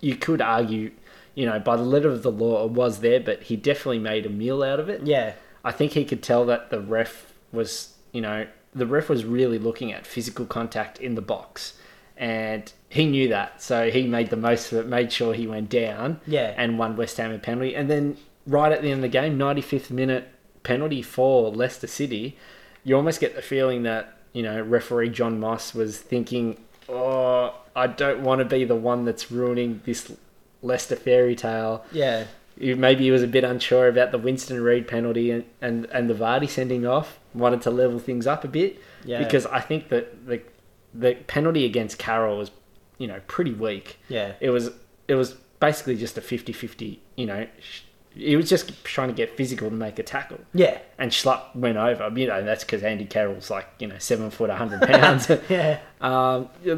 you could argue, you know, by the letter of the law, it was there, but he definitely made a meal out of it. yeah, I think he could tell that the ref was, you know, the ref was really looking at physical contact in the box, and he knew that, so he made the most of it, made sure he went down, Yeah. and won West Ham a penalty, and then right at the end of the game, ninety fifth minute penalty for Leicester City, you almost get the feeling that you know referee John Moss was thinking, oh, I don't want to be the one that's ruining this Leicester fairy tale yeah. he- maybe he was a bit unsure about the Winston Reid penalty and, and, and the Vardy sending off, wanted to level things up a bit. Yeah. Because I think that the the penalty against Carroll was, you know, pretty weak. Yeah. It was it was basically just a 50-50, you know. sh- He was just trying to get physical to make a tackle. Yeah. And Schlupp went over. You know, that's because Andy Carroll's like, you know, seven foot, 100 pounds. *laughs* Yeah. *laughs* um, a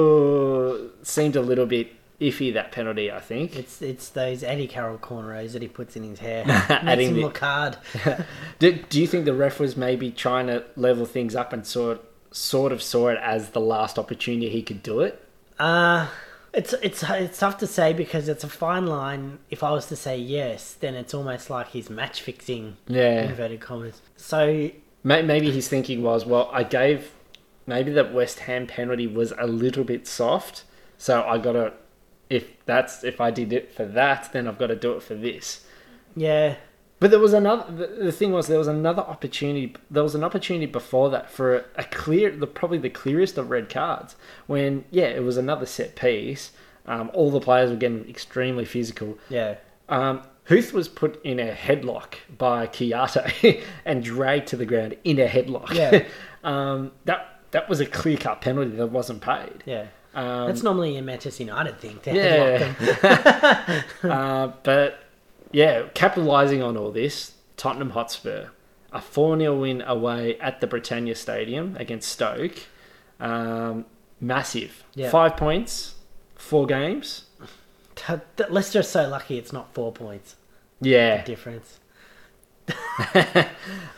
little, seemed a little bit iffy, that penalty, I think. It's it's those Eddie Carroll cornrows that he puts in his hair. *laughs* Makes Adding him the- look hard. *laughs* Do, do you think the ref was maybe trying to level things up and sort sort of saw it as the last opportunity he could do it? Uh it's it's it's tough to say because it's a fine line. If I was to say yes, then it's almost like he's match fixing Yeah. inverted commas. So May- Maybe his thinking was, well, I gave maybe that West Ham penalty was a little bit soft, so I got to if that's if I did it for that, then I've got to do it for this. yeah, But there was another. The, the thing was, there was another opportunity. There was an opportunity before that for a, a clear, the probably the clearest of red cards. When yeah, it was another set piece. Um, all the players were getting extremely physical. yeah, Um, Huth was put in a headlock by Kiata *laughs* and dragged to the ground in a headlock. Yeah. *laughs* um, that that was a clear cut penalty that wasn't paid. Yeah. Um, That's normally a Manchester United thing. To headlock them. yeah. *laughs* *laughs* uh, but yeah, capitalising on all this, Tottenham Hotspur, a 4 0 win away at the Britannia Stadium against Stoke. Um, massive. Yeah. Five points, four games. T- t- Leicester are so lucky it's not four points Yeah. difference.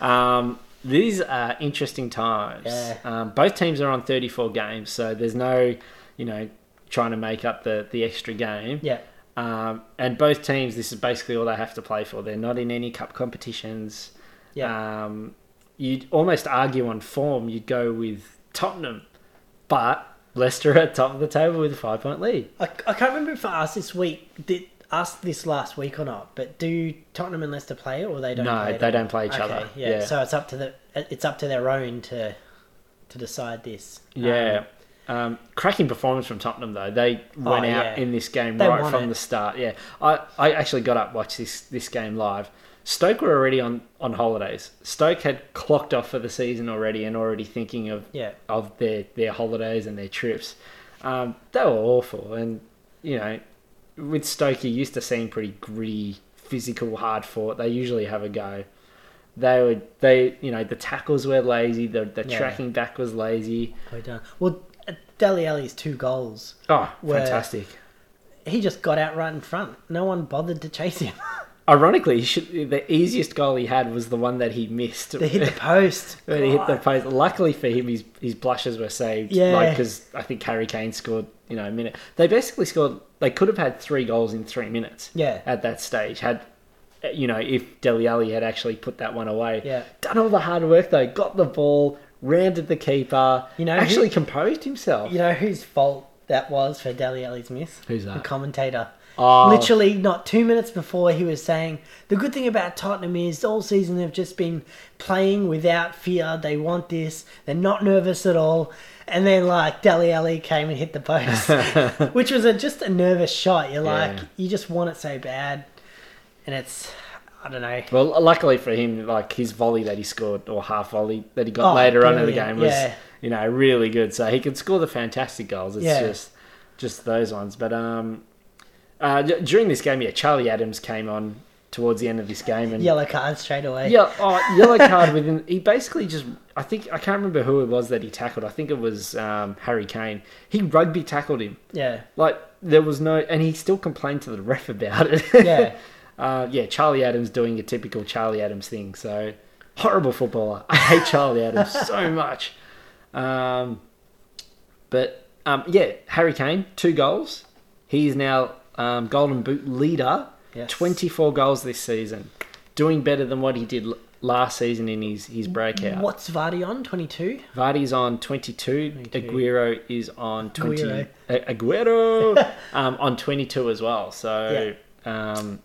Um, these are interesting times. Yeah. Um, both teams are on 34 games, so there's no, you know, trying to make up the, the extra game. Yeah. Um, and both teams, this is basically all they have to play for. They're not in any cup competitions. Yeah. Um, you'd almost argue on form you'd go with Tottenham, but Leicester are top of the table with a five point lead. I, I can't remember if I asked this week, did asked this last week or not, but do Tottenham and Leicester play or they don't no, play at they all? don't play each Okay, other. Yeah. yeah. So it's up to the it's up to their own to to decide this. Um, Oh, Yeah. Um, cracking performance from Tottenham though. They went out yeah. in this game They right won from it. the start. Yeah. I, I actually got up watched this this game live. Stoke were already on, on holidays. Stoke had clocked off for the season already and already thinking of yeah. of their, their holidays and their trips. Um, they were awful. And, you know, with Stoke, you're used to seeing pretty gritty, physical, hard fought. They usually have a go. They were, they, you know, the tackles were lazy, the, the Yeah. tracking back was lazy. Well done. uh, Well, Deli Ali's two goals. Oh, Were- fantastic. He just got out right in front. No one bothered to chase him. *laughs* Ironically, he should, the easiest goal he had was the one that he missed. they hit the post. *laughs* When he hit the God. post. Luckily for him, his his blushes were saved. Yeah. because I think Harry Kane scored. You know, a minute. They basically scored. They could have had three goals in three minutes. Yeah. At that stage, had you know, if Deli Ali had actually put that one away. Yeah. Done all the hard work though. Got the ball. Rounded the keeper. You know, actually who- composed himself. You know whose fault that was for Deli Ali's miss? Who's The that? commentator. Oh. Literally, not two minutes before, he was saying, The good thing about Tottenham is all season they've just been playing without fear. They want this. They're not nervous at all. And then, like, Deli Ali came and hit the *laughs* post, which was a, just a nervous shot. You're like, Yeah. you just want it so bad. And it's, I don't know. Well, luckily for him, like his volley that he scored or half volley that he got Oh, later on in the brilliant, game was, yeah. you know, really good. So he could score the fantastic goals. It's Yeah. just, just those ones. But um, uh, d- during this game, yeah, Charlie Adams came on towards the end of this game and Yellow card straight away. yeah, oh, yellow card within. He basically just. I think I can't remember who it was that he tackled. I think it was um, Harry Kane. He rugby tackled him. Yeah. Like there was no, and he still complained to the ref about it. Yeah. *laughs* uh, yeah. Charlie Adams doing a typical Charlie Adams thing. So horrible footballer. I hate Charlie Adams *laughs* so much. Um, but um, yeah, Harry Kane two goals. He is now um, Golden Boot leader. Yes. Twenty four goals this season, doing better than what he did l- last season in his his breakout. What's Vardy on? 22? Vardy's on 22. 22. Aguero is on 20. Aguero. A- *laughs* Aguero um, on 22 as well. So, um,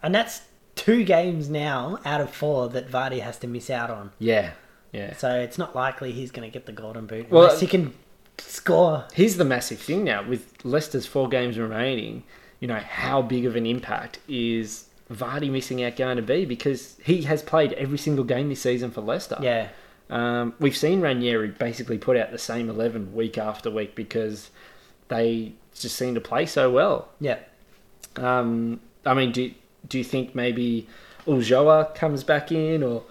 And that's two games now out of four that Vardy has to miss out on. yeah. Yeah. So it's not likely he's going to get the golden boot Well- unless he can score. Here's the massive thing now with Leicester's four games remaining, you know, how big of an impact is Vardy missing out going to be? Because he has played every single game this season for Leicester. Yeah, Um, we've seen Ranieri basically put out the same 11 week after week because they just seem to play so well. yeah. Um, I mean, do do you think maybe Uljoa comes back in, or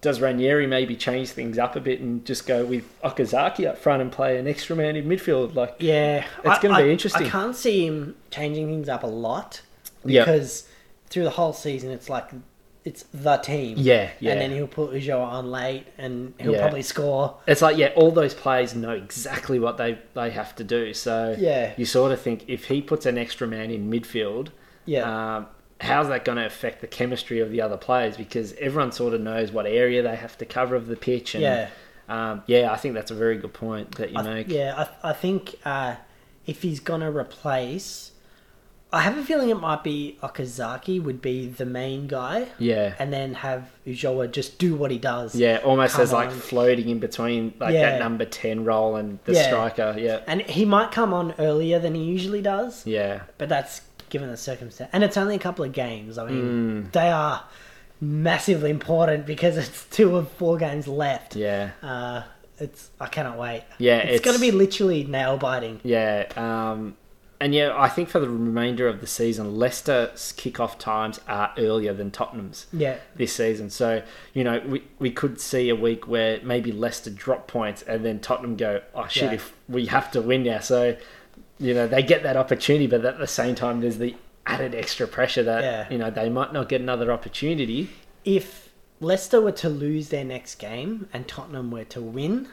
does Ranieri maybe change things up a bit and just go with Okazaki up front and play an extra man in midfield? Like, Yeah, It's I- gonna be I- interesting. I can't see him changing things up a lot Yeah. because through the whole season, it's like it's the team. yeah, yeah. and then he'll put Ujoa on late, and he'll Yeah. probably score. it's like, yeah, all those players know exactly what they they have to do. So Yeah. you sort of think if he puts an extra man in midfield, Yeah, um, how's that going to affect the chemistry of the other players? Because everyone sort of knows what area they have to cover of the pitch. And, Yeah. Um, yeah, I think that's a very good point that you I th- make. yeah. I, I think uh, if he's gonna replace, I have a feeling it might be Okazaki would be the main guy. Yeah. and then have Ujoa just do what he does. Yeah, almost Come as like on. floating in between like Yeah. that number ten role and the Yeah. striker. Yeah, And he might come on earlier than he usually does, yeah, but that's given the circumstance. And it's only a couple of games. I mean, Mm. they are massively important because it's two of four games left. Yeah. Uh, it's I cannot wait. Yeah, it's, it's- going to be literally nail biting. Yeah, um, and yeah, I think for the remainder of the season, Leicester's kickoff times are earlier than Tottenham's Yeah, this season. So you know, we we could see a week where maybe Leicester drop points and then Tottenham go, oh shit, Yeah. if we have to win now. So you know, they get that opportunity, but at the same time, there's the added extra pressure that Yeah. you know they might not get another opportunity. if Leicester were to lose their next game and Tottenham were to win,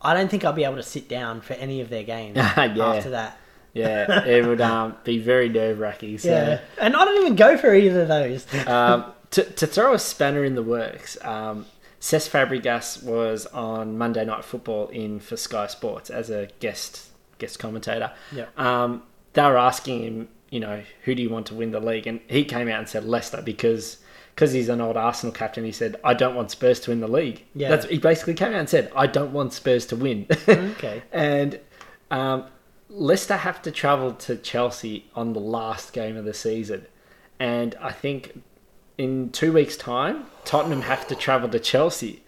I don't think I'll be able to sit down for any of their *laughs* games Yeah. after that. Yeah, it would um, be very nerve wracking. So. Yeah, and I don't even go for either *laughs* of those. um, to, to throw a spanner in the works, um, Cesc Fabregas was on Monday Night Football in for Sky Sports as a guest guest commentator. Yeah. Um, they were asking him, you know, who do you want to win the league, and he came out and said Leicester because because he's an old Arsenal captain. He said, I don't want Spurs to win the league. Yeah. Hmm. That's he basically came out and said, I don't want Spurs to win. Okay. And um, Leicester have to travel to Chelsea on the last game of the season. And I think in two weeks' time, Tottenham have to travel to Chelsea.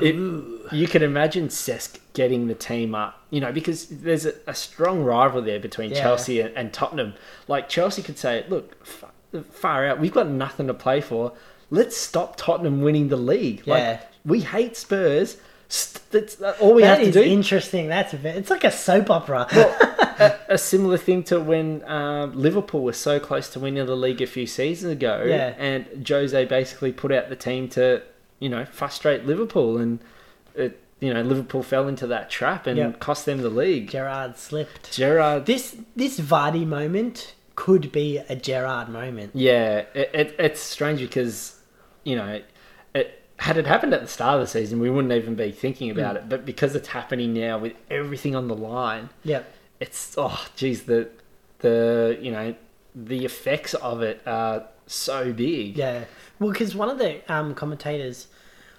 It- you can imagine Cesc getting the team up, you know, because there's a, a strong rival there between Yeah. Chelsea and, and Tottenham. Like, Chelsea could say, look, far, far out, we've got nothing to play for. Let's stop Tottenham winning the league. Yeah. Like, we hate Spurs. St- that's uh, all we have That to is do interesting. That's a bit, it's like a soap opera. *laughs* a similar thing to when um, Liverpool was so close to winning the league a few seasons ago, Yeah. and Jose basically put out the team to, you know, frustrate Liverpool, and it, you know, Liverpool fell into that trap and Yep. cost them the league. Gerard slipped. Gerard, This this Vardy moment could be a Gerard moment. yeah, it, it, it's strange because, you know, it, had it happened at the start of the season, we wouldn't even be thinking about it, but because it's happening now with everything on the line, Yep. it's oh geez the the you know the effects of it are so big Yeah. Well, because one of the um, commentators,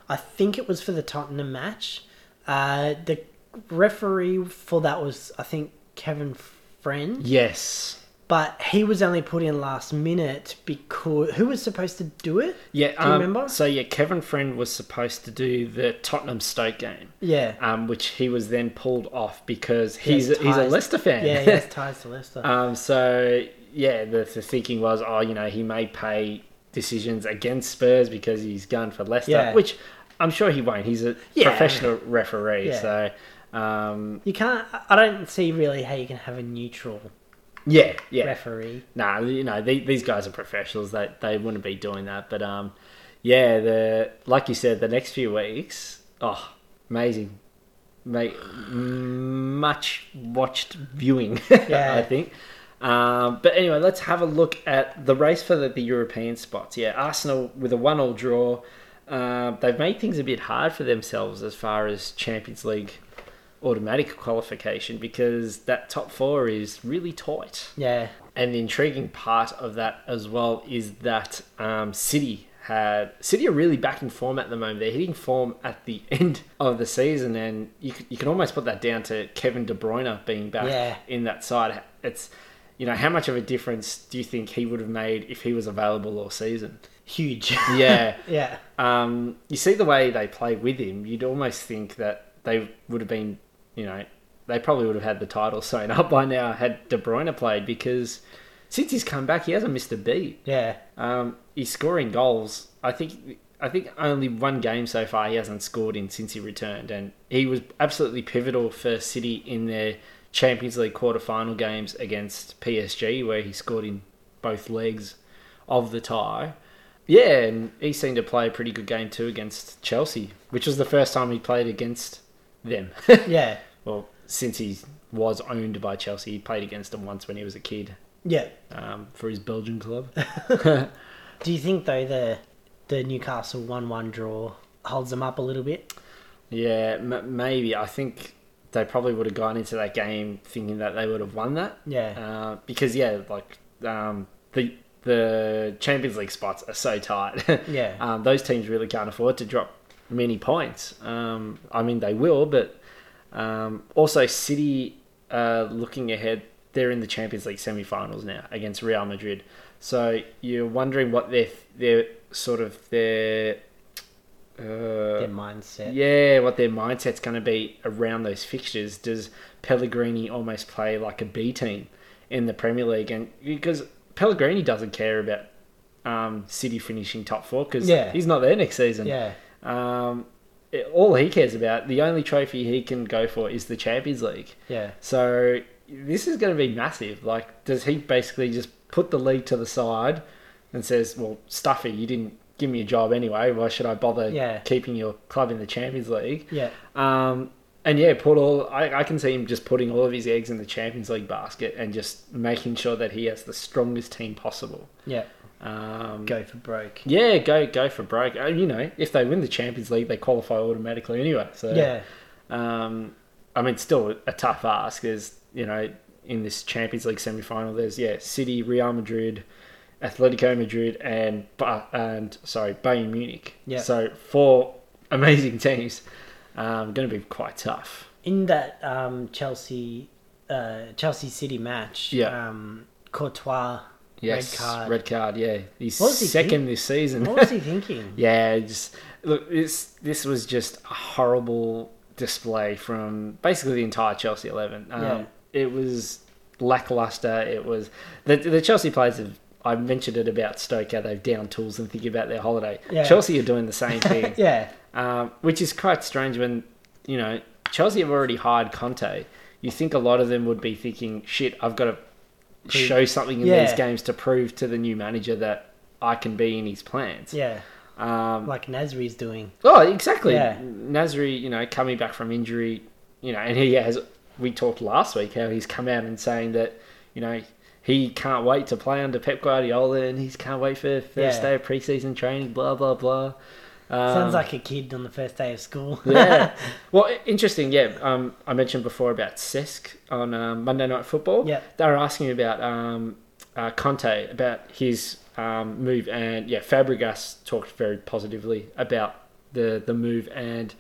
I think it was for the Tottenham match, uh, the referee for that was, I think, Kevin Friend. yes But he was only put in last minute because. Who was supposed to do it? yeah um, you remember? so yeah Kevin Friend was supposed to do the Tottenham Stoke game Yeah. um which he was then pulled off because He he's has he's a ties- Leicester fan *laughs* Yeah, he has ties to Leicester. um so yeah the, the thinking was oh you know he may pay decisions against Spurs because he's gone for Leicester Yeah. which I'm sure he won't he's a Yeah. professional referee Yeah. so um you can't. I- I don't see really how you can have a neutral yeah yeah referee. Nah, you know the- these guys are professionals. They they wouldn't be doing that. But um, yeah, the like you said, the next few weeks, oh, amazing, make much watched viewing. *laughs* Yeah. I think. Um, but anyway, let's have a look at the race for the, the European spots. Yeah, Arsenal with a one-all draw. Uh, they've made things a bit hard for themselves as far as Champions League automatic qualification because that top four is really tight. Yeah. And the intriguing part of that as well is that um, City had City are really back in form at the moment. They're hitting form at the *laughs* end of the season, and you c- you can almost put that down to Kevin De Bruyne being back Yeah. in that side. It's you know how much of a difference do you think he would have made if he was available all season? Huge. *laughs* Yeah, yeah. um, you see the way they play with him, you'd almost think that they would have been, you know, they probably would have had the title *laughs* sewn up by now had De Bruyne played because since he's come back, he hasn't missed a beat. *laughs* Yeah. Um, he's scoring goals. I think I think only one game so far he hasn't scored in since he returned, and he was absolutely pivotal for City in their Champions League quarter-final games against PSG, where he scored in both legs of the tie. Yeah, and he seemed to play a pretty good game too against Chelsea, which was the first time he played against them. *laughs* Yeah. well, since he was owned by Chelsea, he played against them once when he was a kid Yeah. um, for his Belgian club. Do you think though the the Newcastle one one draw holds them up a little bit? Yeah, m- maybe. I think they probably would have gone into that game thinking that they would have won that. Yeah. Uh, because yeah, like um, the the Champions League spots are so tight. *laughs* Yeah. um, those teams really can't afford to drop many points. Um, I mean, they will, but um, also City uh, looking ahead. they're in the Champions League semi-finals now against Real Madrid. So you're wondering what their their sort of their uh, Their mindset. yeah, what their mindset's going to be around those fixtures. Does Pellegrini almost play like a B team in the Premier League? And because Pellegrini doesn't care about um, City finishing top four because Yeah. he's not there next season. Yeah. Um, it- all he cares about, the only trophy he can go for, is the Champions League. Yeah. So this is going to be massive. Like, does he basically just put the league to the side and says, "Well, Stuffy, you didn't give me a job anyway. Why should I bother Yeah. keeping your club in the Champions League?" Yeah. Um, and yeah, put all. I, I can see him just putting all of his eggs in the Champions League basket and just making sure that he has the strongest team possible. Yeah. Um, Go for broke. Yeah, go go for broke. Uh, you know, if they win the Champions League, they qualify automatically anyway. So Yeah. um, I mean, still a tough ask. There's, you know, in this Champions League semi final, there's, yeah, City, Real Madrid, Atletico Madrid, and, Ba- and sorry, Bayern Munich. Yeah. So four *laughs* amazing teams. Um, going to be quite tough. In that um, Chelsea uh, Chelsea City match, Yeah. um, Courtois Yes. red card. Red card, yeah. He's What was he second thinking? this season. What was he thinking? *laughs* Yeah, just look. This this was just a horrible display from basically the entire Chelsea eleven. Um, Yeah. It was lackluster. It was the the Chelsea players have. I mentioned it about Stoke. How they've down tools and thinking about their holiday. Yeah. Chelsea are doing the *laughs* same thing, yeah. um, which is quite strange. When you know Chelsea have already hired Conte, you think a lot of them would be thinking, "Shit, I've got to." Show something in Yeah. these games to prove to the new manager that I can be in his plans. Yeah. Um, Like Nasri's doing. Oh, exactly. Yeah. Nasri, you know, coming back from injury, you know, and he has. We talked last week how he's come out and saying that, you know, he can't wait to play under Pep Guardiola and he can't wait for first Yeah. day of preseason training. Blah blah blah. Um, Sounds like a kid on the first day of school. *laughs* yeah. Well, i- interesting. Yeah. Um, I mentioned before about Sisk on um, Monday Night Football. Yeah. They were asking about um, uh, Conte about his um, move, and yeah, Fabregas talked very positively about the the move and.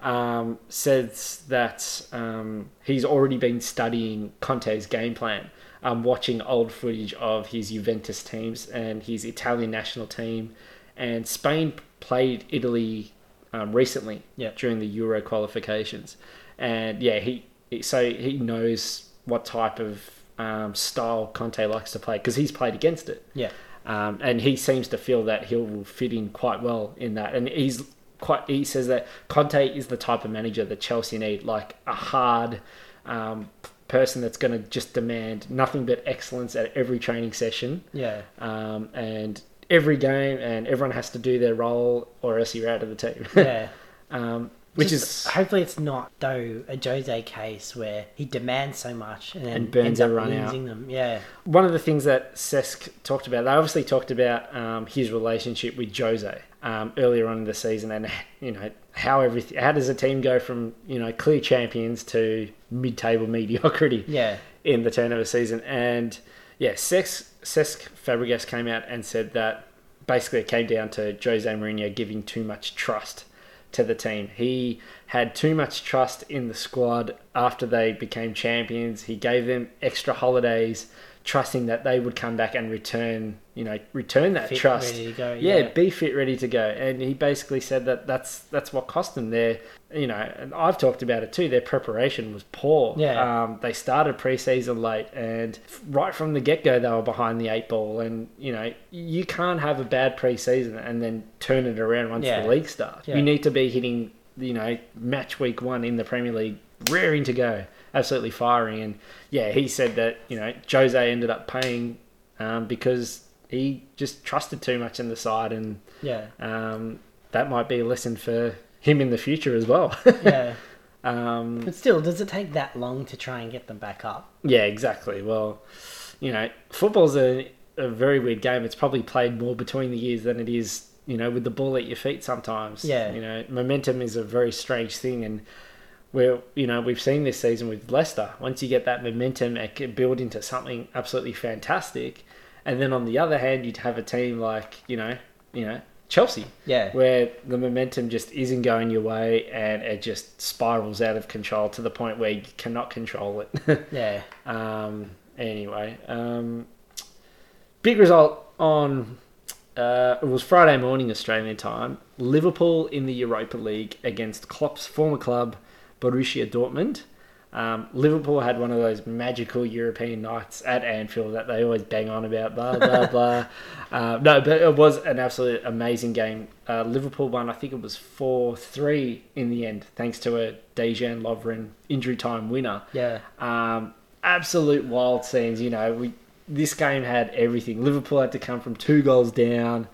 Um, says that um, he's already been studying Conte's game plan, um, watching old footage of his Juventus teams and his Italian national team, and Spain played Italy um, recently Yeah. during the Euro qualifications, and yeah, he he- so he knows what type of um, style Conte likes to play because he's played against it, *laughs* yeah. um, and he seems to feel that he will fit in quite well in that, and he's quite he says that Conte is the type of manager that Chelsea need, like a hard. Um, person that's going to just demand nothing but excellence at every training session Yeah. um, and every game and everyone has to do their role or else you're out of the team *laughs* Yeah. um, which Just- is hopefully it's not though a Jose case where he demands so much and, then And burns ends up everyone out. losing them. Yeah, one of the things that Sesk talked about. They obviously talked about um, his relationship with Jose um, earlier on in the season, and you know how everything. How does a team go from you know clear champions to mid-table *laughs* mediocrity? yeah, in the turn of a season. And yeah, Sesk, Sesk Fabregas came out and said that basically it came down to Jose Mourinho giving too much trust to the team. He had too much trust in the squad after they became champions. He gave them extra holidays, trusting that they would come back and return, you know, return that Fit, trust ready to go, yeah, yeah. be fit, ready to go. And he basically said that that's that's what cost them their, you know, and I've talked about it too. Their preparation was poor. Yeah. um, they started preseason late, and f- right from the get go, they were behind the eight ball. And you know, you can't have a bad preseason and then turn it around once Yeah. the league starts. Yeah. You need to be hitting, you know, match week one in the Premier League, raring to go, absolutely firing. And yeah, he said that you know Jose ended up paying um, because he just trusted too much in the side, and yeah, um, that might be a lesson for him in the future as well. *laughs* yeah. um, but still, does it take that long to try and get them back up? yeah, exactly. Well, you know, football's a, a very weird game. It's probably played more between the years than it is, you know, with the ball at your feet sometimes. Yeah. You know, momentum is a very strange thing, and we're, you know, we've seen this season with Leicester. Once you get that momentum, it can build into something absolutely fantastic. And then on the other hand, you'd have a team like, you know, you know, Chelsea. Yeah, where the momentum just isn't going your way and it just spirals out of control to the point where you cannot control it. *laughs* yeah, um, Anyway, um, big result on uh, it was Friday morning Australian time. Liverpool in the Europa League against Klopp's former club Borussia Dortmund. Um, Liverpool had one of those magical European nights at Anfield that they always bang on about, blah, blah, blah. Uh, no, but it was an absolute amazing game. Uh, Liverpool won, I think it was 4 3 in the end, thanks to a Dejan Lovren injury time winner. Yeah. Um, absolute wild scenes. You know, we this game had everything. Liverpool had to come from two goals down,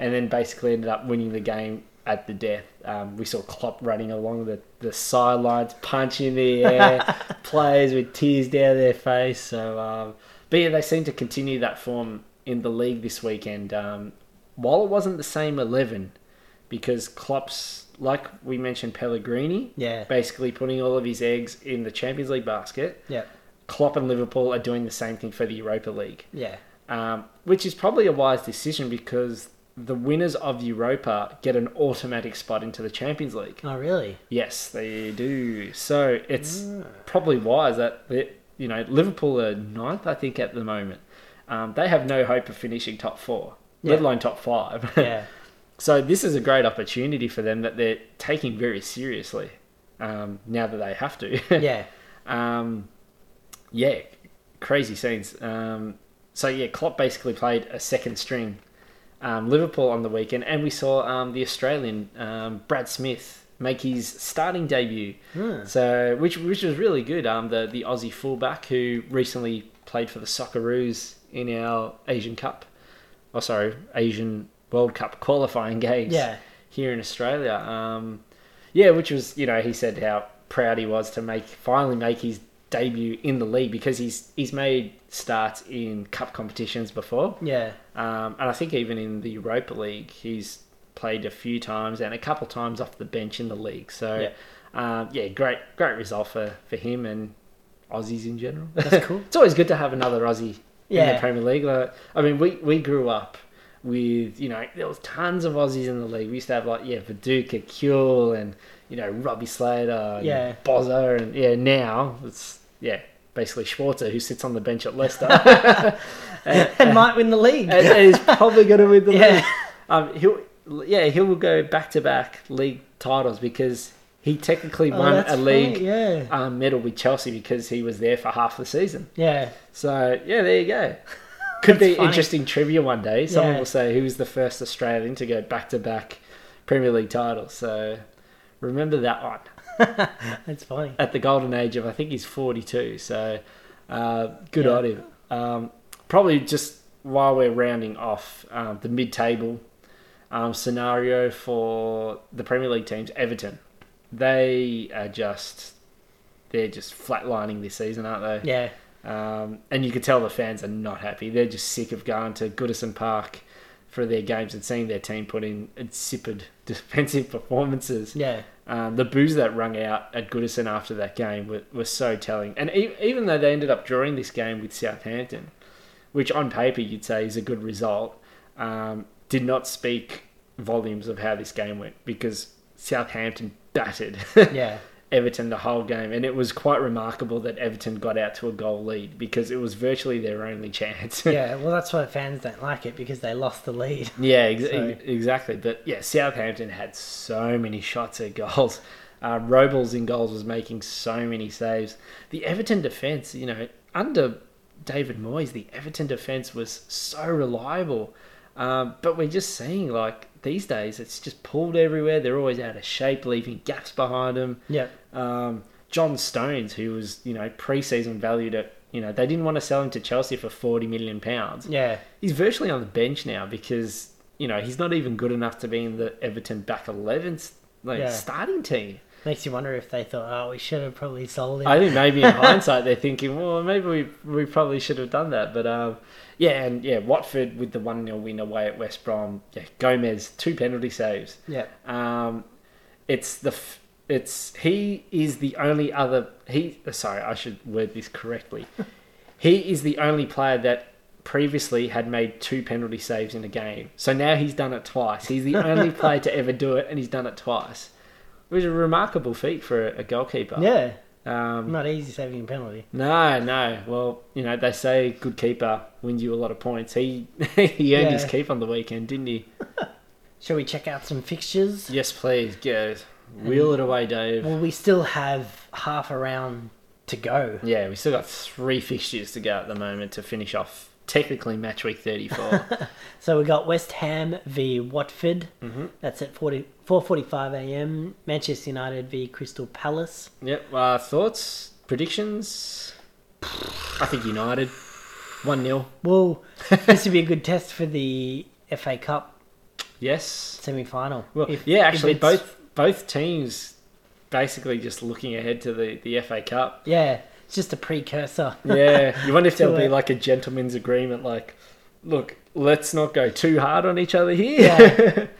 and then basically ended up winning the game at the death. Um, we saw Klopp running along the the sidelines, punching the air, players with tears down their face. So, um, but yeah, they seem to continue that form in the league this weekend. Um, while it wasn't the same eleven, because Klopp's like we mentioned Pellegrini, Yeah. basically putting all of his eggs in the Champions League basket. Yeah. Klopp and Liverpool are doing the same thing for the Europa League, Yeah. um, which is probably a wise decision because the winners of Europa get an automatic spot into the Champions League. Oh, really? Yes, they do. So it's probably wise that the- you know Liverpool are ninth, I think, at the moment. Um, they have no hope of finishing top four, Yeah. let alone top five. Yeah. *laughs* So this is a great opportunity for them that they're taking very seriously um, now that they have to. *laughs* Yeah. Um, yeah, crazy scenes. Um, so yeah, Klopp basically played a second string um, Liverpool on the weekend, and we saw um, the Australian um, Brad Smith make his starting debut. Hmm. So which which was really good. Um, the the Aussie fullback who recently played for the Socceroos in our Asian Cup, oh sorry, Asian World Cup qualifying games Yeah. here in Australia. Um, yeah, which was you know he said how proud he was to make finally make his debut in the league because he's he's made starts in cup competitions before, Yeah. um, and I think even in the Europa League he's played a few times and a couple times off the bench in the league. So yeah, um, yeah great great result for for him and Aussies in general. *laughs* That's cool. It's always good to have another Aussie in Yeah. the Premier League. Like, I mean, we, we grew up with, you know, there was tons of Aussies in the league. We used to have, like, yeah, Viduka, Kuehl, and, you know, Robbie Slater, and Yeah. Bozzo, and, yeah, now it's, yeah, basically Schwarzer, who sits on the bench at *laughs* Leicester. *laughs* and might win the league. and he's probably going to win the Yeah. league. Um, he'll, yeah, he'll go back-to-back league titles because he technically Oh, won that's a league right, Yeah. um, medal with Chelsea because he was there for half the season. Yeah. So yeah, there you *laughs* go. Could be funny. interesting trivia one day. Someone Yeah. will say who was the first Australian to go back to back Premier League titles. So remember that one That's funny. at the golden age of I think he's forty two. So uh, good Yeah. on him. Um, probably just while we're rounding off um, the mid table um, scenario for the Premier League teams, Everton. They are just they're just flatlining this season, aren't they? Yeah. Um, and you could tell the fans are not happy. They're just sick of going to Goodison Park for their games and seeing their team put in insipid *laughs* defensive performances. Yeah. Um, the boos that rung out at Goodison after that game were, were so telling. And e- even though they ended up drawing this game with Southampton, which on paper you'd say is a good result, um, did not speak volumes of how this game went because Southampton battered. *laughs* Yeah. Everton the whole game, and it was quite remarkable that Everton got out to a goal lead because it was virtually their only chance. Yeah. Well, that's why fans don't like it because they lost the lead. *laughs* *laughs* yeah, ex- e-, So- exactly. But yeah, Southampton had so many shots at goals. *laughs* Uh, Robles in goals was making so many saves. The Everton defense, you know, under David Moyes, the Everton defense was so reliable. Um, but we're just seeing like these days, it's just pulled everywhere. They're always out of shape, leaving gaps behind them. Yeah. um, John Stones, who was you know preseason valued at you know they didn't want to sell him to Chelsea for forty million pounds. Yeah. He's virtually on the bench now because you know he's not even good enough to be in the Everton back eleven like Yeah. starting team. Makes you wonder if they thought, oh, we should have probably sold him. I think maybe *laughs* in hindsight they're thinking, well, maybe we we probably should have done that. But um, yeah, and yeah, Watford with the one 0 win away at West Brom. Yeah, Gomez two penalty saves. yeah. Um, it's the f- it's he is the only other he. uh, Sorry, I should word this *laughs* correctly. he is the only player that previously had made two penalty saves in a game. So now he's done it twice. He's the *laughs* only player to ever do it, and he's done it twice. It was a remarkable feat for a, a goalkeeper. Yeah. Um, Not easy saving a penalty. no, no. Well, you know they say good keeper wins you a lot of points. He *laughs* he earned his Yeah. keep on the weekend, didn't he? Shall we check out some fixtures? Yes, please. Go wheel it away, Dave. Well, we still have half a round to go. Yeah, we still got three fixtures to go at the moment to finish off technically match week 34. So we got West Ham v Watford. Mm-hmm. That's at 40, 4.45 a.m. Manchester United v Crystal Palace. yep, uh, thoughts, predictions? I think United 1 0. Well, this would be a good test for the FA Cup Yes. semi final. Well, yeah, actually both both teams basically just looking ahead to the, the FA *laughs* Cup. Yeah, it's just a precursor. Yeah, *laughs* you wonder if To there'll be it. like a gentleman's agreement like look, let's not go too hard on each other here. *laughs*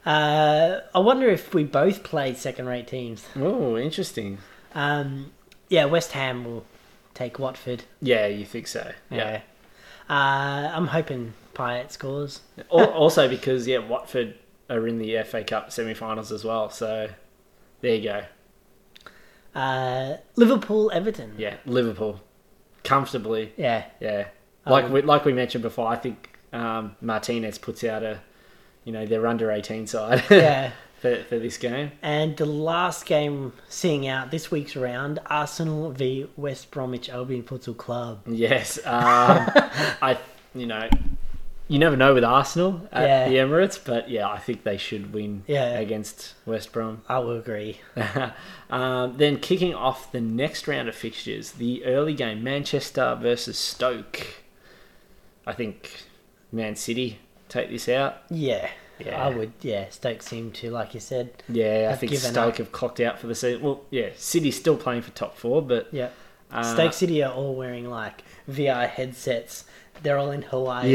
Yeah. uh, I wonder if we both play second rate teams. oh, interesting. Um, yeah, West Ham will take Watford. Yeah, you think so. yeah. Uh, I'm hoping Pyatt scores. Al- also because yeah, Watford are in the FA Cup semi-finals as well. So there you go. Uh, Liverpool Everton. Yeah, Liverpool comfortably. Yeah. Yeah, like Um, we like we mentioned before, I think um, Martinez puts out a, you know, their under eighteen side *laughs* Yeah. for for this game. And the last game seeing out this week's round Arsenal v West Bromwich Albion Futsal Club. Yes, um, *laughs* I you know. You never know with Arsenal at Yeah. the Emirates, but yeah, I think they should win Yeah. against West Brom. I will agree. *laughs* um, then kicking off the next round of fixtures, the early game Manchester versus Stoke. I think Man City take this out. Yeah. Yeah. I would. Yeah. Stoke seem to, like you said. Yeah, I Have think given Stoke up. have clocked out for the season. Well, yeah, City's still playing for top four, but Yeah. uh, Stoke City are all wearing like VR headsets. They're all in Hawaii.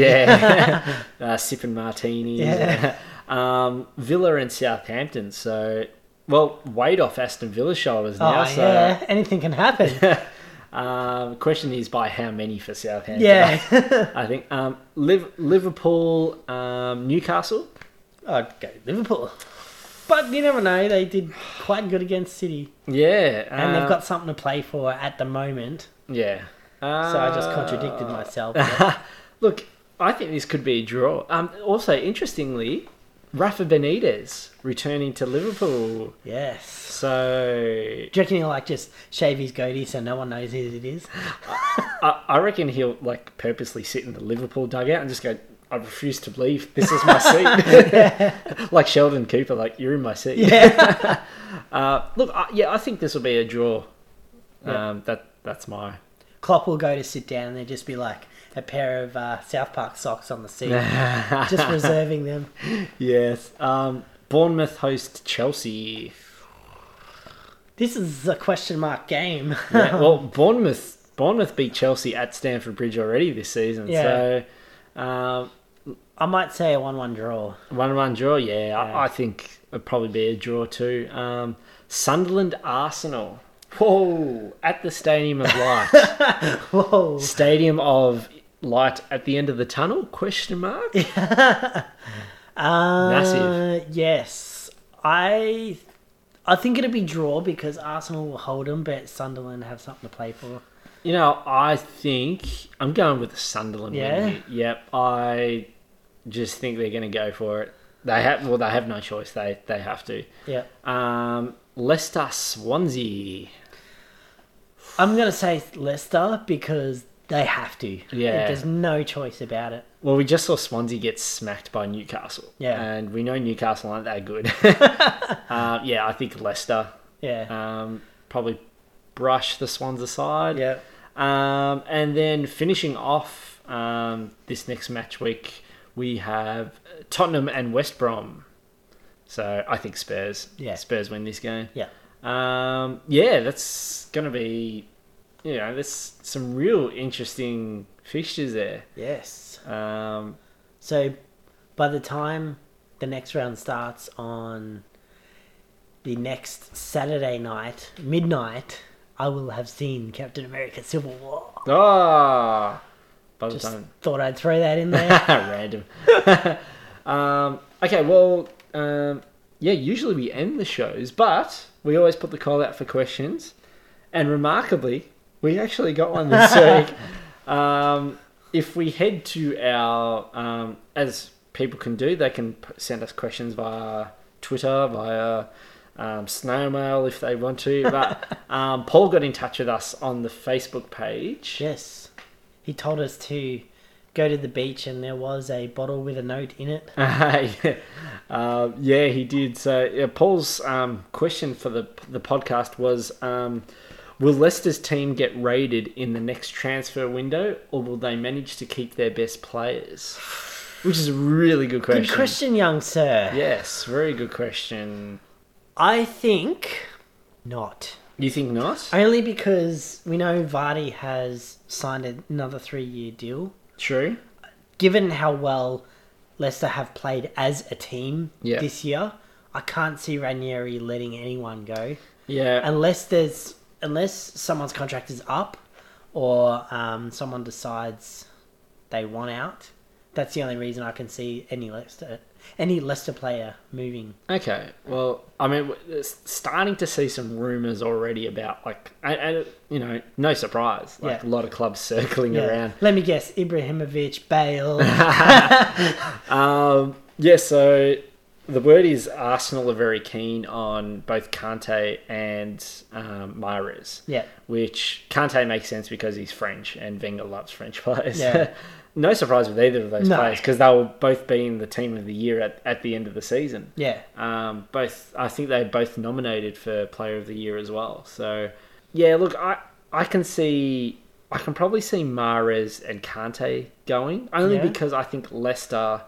*laughs* Yeah, uh, sipping martinis. Yeah. *laughs* um, Villa and Southampton. So, well, weight off Aston Villa's shoulders *laughs* Oh, now. so, yeah. Anything can happen. *laughs* um, question is by how many for Southampton? *laughs* yeah. *laughs* I think um, Liv- Liverpool, um, Newcastle. I'd go Liverpool. But you never know. They did quite good against City. Yeah, And um, they've got something to play for at the moment. yeah. Uh, So I just contradicted myself. but- Look, I think this could be a draw. Um, also, interestingly, Rafa Benitez returning to Liverpool. yes. So Do you reckon he'll like just shave his goatee so no one knows who it is? I, I reckon he'll like purposely sit in the Liverpool dugout and just go. I refuse to leave. This is my seat. *laughs* *laughs* like Sheldon Cooper, like you're in my seat. Yeah. *laughs* Uh, look, I, yeah, I think this will be a draw. Um, that that's my Klopp will go to sit down and there'll just be like a pair of uh, South Park socks on the *laughs* seat, *laughs* just reserving them. Yes. Um, Bournemouth host *laughs* Chelsea. This is a question mark game. Yeah, well, Bournemouth Bournemouth beat Chelsea at Stamford Bridge already this season. Yeah. So, um, *laughs* I might say a 1 1 draw. *laughs* one-one draw. Yeah, I, I think it'd probably be a draw too. Um, Sunderland Arsenal. Whoa! At the Stadium *laughs* of Light. Whoa. stadium of Light at the end of the tunnel? Question mark. Uh, Massive. Yes. I I think it'll be draw because Arsenal will hold them, but Sunderland have something to play for. You know, I think I'm going with the Sunderland. Yeah? Win here. Yep. I just think they're going to go for it. They have well, they have no choice. They they have to. Yeah. Um, Leicester Swansea. I'm going to say Leicester because they have to. Yeah. There's no choice about it. Well, we just saw Swansea get smacked by Newcastle. Yeah. And we know Newcastle aren't that *laughs* good. uh, yeah, I think Leicester Yeah. um, probably brush the Swans aside. yeah. Um, and then finishing off um, this next match week, we have Tottenham and West Brom. So I think Spurs. Yeah. Spurs win this game. Yeah. Um, yeah, that's going to be, you know, there's some real interesting fixtures there. Yes. Um, So by the time the next round starts on the next Saturday night, midnight, I will have seen Captain America Civil War. ah, by the Just time. thought I'd throw that *laughs* in there. Random. um, okay, well, um, yeah, usually we end the shows, but we always put the call out for questions. And remarkably, we actually got one this week. Um, if we head to our, um, as people can do, they can p- send us questions via Twitter, via um, Snowmail if they want to. But um, Paul got in touch with us on the Facebook page. Yes. He told us to go to the beach and there was a bottle with a note in it. *laughs* Uh, yeah. Um, yeah, he did. So yeah, Paul's um, question for the the podcast was: um, Will Leicester's team get raided in the next transfer window, or will they manage to keep their best players? Which is a really good question. Good question, young sir. Yes, very good question. I think not. You think not? Only because we know Vardy has signed another three year deal. True. Given how well Leicester have played as a team Yeah. this year, I can't see Ranieri letting anyone go. Yeah. Unless there's unless someone's contract is up or um, someone decides they want out. That's the only reason I can see any Leicester any Leicester player moving. Okay. Well, I mean, w- it's starting to see some rumors already about like, and, and you know, no surprise, like a Yeah. lot of clubs *laughs* circling Yeah. around. Let me guess, *laughs* Ibrahimovic, Bale. Um, yeah, so the word is Arsenal are very keen on both Kante and um, Mahrez, yeah. which Kante makes sense because he's French and Wenger loves French *laughs* players. Yeah. no surprise with either of those No. players because they will both be in the team of the year at, at the end of the season. Yeah. Um, both, I think they're both nominated for Player of the Year as well. So, yeah, look, I I can see, I can probably see Mares and Kante going only Yeah. because I think Leicester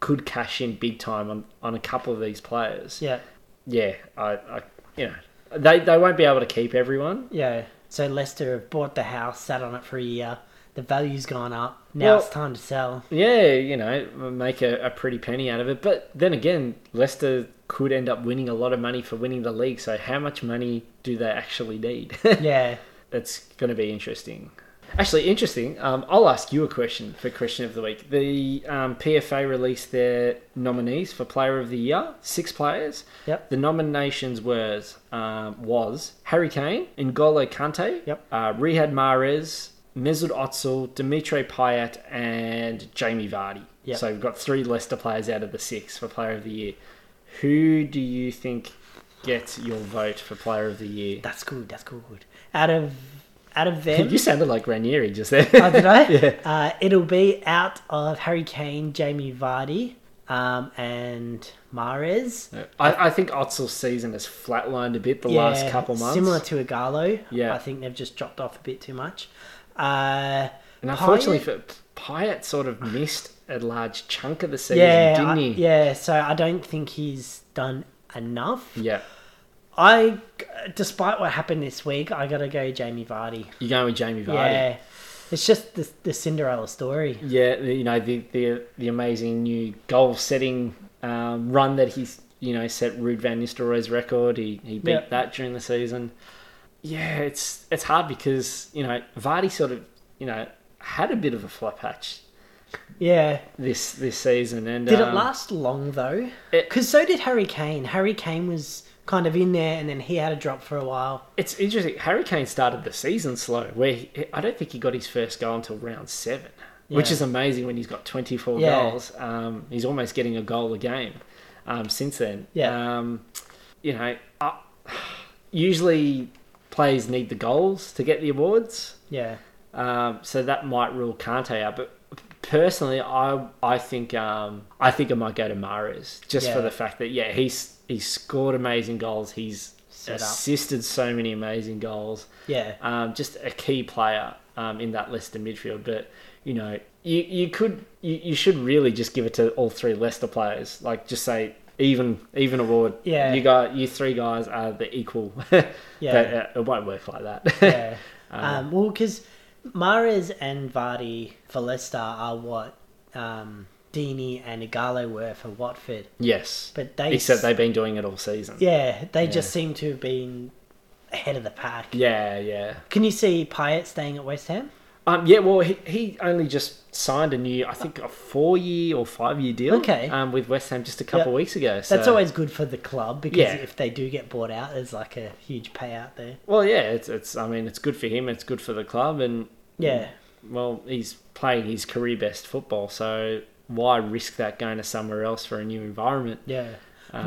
could cash in big time on, on a couple of these players. Yeah. yeah, I, I you know, they they won't be able to keep everyone. Yeah. So Leicester have bought the house, sat on it for a year. The value's gone up. Now Well- it's time to sell. Yeah, you know, make a, a pretty penny out of it. But then again, Leicester could end up winning a lot of money for winning the league. So how much money do they actually need? *laughs* Yeah. That's going to be interesting. Actually, interesting. Um, I'll ask you a question for question of the week. The um, PFA released their nominees for Player of the Year, six players. Yep. The nominations were um, was Harry Kane, N'Golo Kante, Yep. uh, Riyad Mahrez, Mesut Ozil, Dimitri Payet, and Jamie Vardy. Yep. So we've got three Leicester players out of the six for Player of the Year. Who do you think gets your vote for Player of the Year? That's good. That's good. Out of out of *laughs* them, You sounded like Ranieri just there. *laughs* oh, *laughs* did I? Uh, it'll be out of Harry Kane, Jamie Vardy, um, and Mares. I, I think Otzel's season has flatlined a bit the last couple months. Similar to Igalo. Yeah. I think they've just dropped off a bit too much. Uh, and Payet- unfortunately, for Pyatt sort of missed a large chunk of the season, yeah, didn't I- he? yeah. So I don't think he's done enough. Yeah. I, despite what happened this week, I gotta go Jamie Vardy. You're going with Jamie Vardy. Yeah, it's just the, the Cinderella story. Yeah. you know, the, the, the amazing new goal setting um, run that he's, you know, set Ruud van Nistelrooy's record. He, he beat Yeah. that during the season. Yeah, it's it's hard because, you know, Vardy sort of, you know, had a bit of a flop hatch Yeah. this this season. And Did it um, last long though? it- Because so did Harry Kane. Harry Kane was kind of in there, and then he had a drop for a while. It's interesting. Harry Kane started the season slow, where he, I don't think he got his first goal until round seven, which Yeah. is amazing when he's got 24 Yeah. goals. Um, he's almost getting a goal a game um, since then. Yeah. Um, you know, I, usually players need the goals to get the awards, Yeah. um, so that might rule Kante out. But personally, I I think um, I think I might go to Mares just Yeah. for the fact that yeah he's he's scored amazing goals. He's Set up. assisted so many amazing goals. *laughs* Yeah. Um, just a key player um, in that Leicester midfield. But you know you you could you, you should really just give it to all three Leicester players. Like just say. Even even award, Yeah. You got you three guys are the equal. *laughs* Yeah. but, uh, it won't work like that. Yeah. Uh, um, well, because Mares and Vardy for Leicester are what um, Dini and Igalo were for Watford, *laughs* yes, but they Except they've been doing it all season. yeah they just seem to have been ahead of the pack. Yeah, yeah. Can you see Pyatt staying at West Ham? Um, yeah, well, he, he only just signed a new, I think, a four year or five year deal. Okay. Um, with West Ham just a couple Yep. of weeks ago. So. That's always good for the club because Yeah. if they do get bought out, there's like a huge payout there. Well, yeah, it's it's. I mean, it's good for him. It's good for the club, and Yeah. well, he's playing his career best football. So why risk that going to somewhere else for a new environment? Yeah.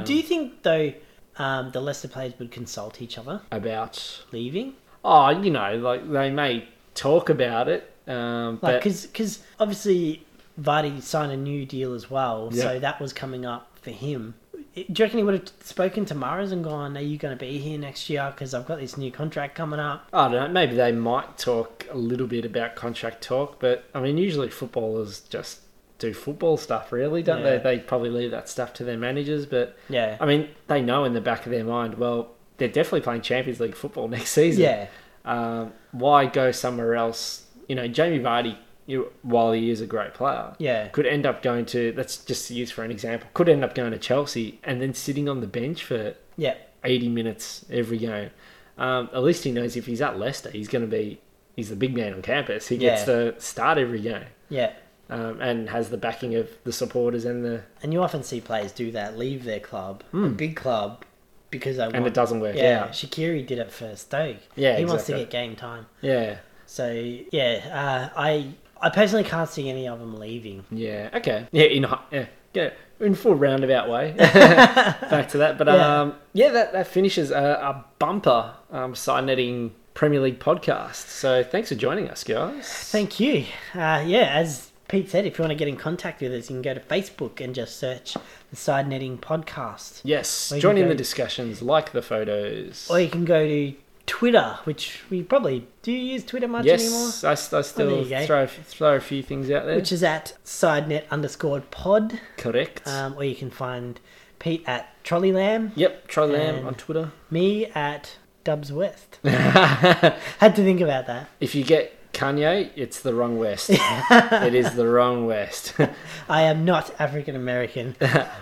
do you think though um, the Leicester players would consult each other About leaving? oh, you know, like they may talk about it, um, Like, but because obviously Vardy signed a new deal as well, Yeah. so that was coming up for him. Do you reckon he would have spoken to Maras and gone, "Are you going to be here next year? Because I've got this new contract coming up." I don't know. Maybe they might talk a little bit about contract talk, but I mean, usually footballers just do football stuff, really, don't Yeah. they? They probably leave that stuff to their managers, but Yeah, I mean, they know in the back of their mind, well, they're definitely playing Champions League football *laughs* next season. yeah, um, why go somewhere else? You know, Jamie Vardy, you, while he is a great player, yeah, could end up going to, let's just use for an example, could end up going to Chelsea and then sitting on the bench for yeah, 80 minutes every game. Um, at least he knows if he's at Leicester, he's going to be, he's the big man on campus. He gets Yeah. to start every game yeah. um, and has the backing of the supporters and the, And you often see players do that, leave their club, a big club, because they want. Hmm. and it doesn't work yeah, out. Shakiri did it for Stoke. Yeah, he wants to exactly. get game time. Yeah. So yeah, uh, I I personally can't see any of them leaving. Yeah. Okay. Yeah. In hi- yeah, yeah, in full roundabout *laughs* way. Back to that, but Yeah. um, yeah, that that finishes a, a bumper um, side netting Premier League podcast. So thanks for joining us, guys. Thank you. Uh, yeah, as Pete said, if you want to get in contact with us, you can go to Facebook and just search the Side Netting Podcast. yes, Well, you join in go- the discussions, like the photos. Or you can go to Twitter, which we probably do you use Twitter much anymore, yes, I, s- I there still you go. throw a f- throw a few things out there. which is at SideNet underscore pod. Correct. Um, or you can find Pete at Trolley Lamb, yep. Try Lamb and- on Twitter. *laughs* me at Dubs West. Had to think about that. If you get Kanye, it's the wrong *laughs* West. it is the wrong West. *laughs* I am not African American.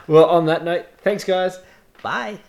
well, on that note, thanks, guys. Bye.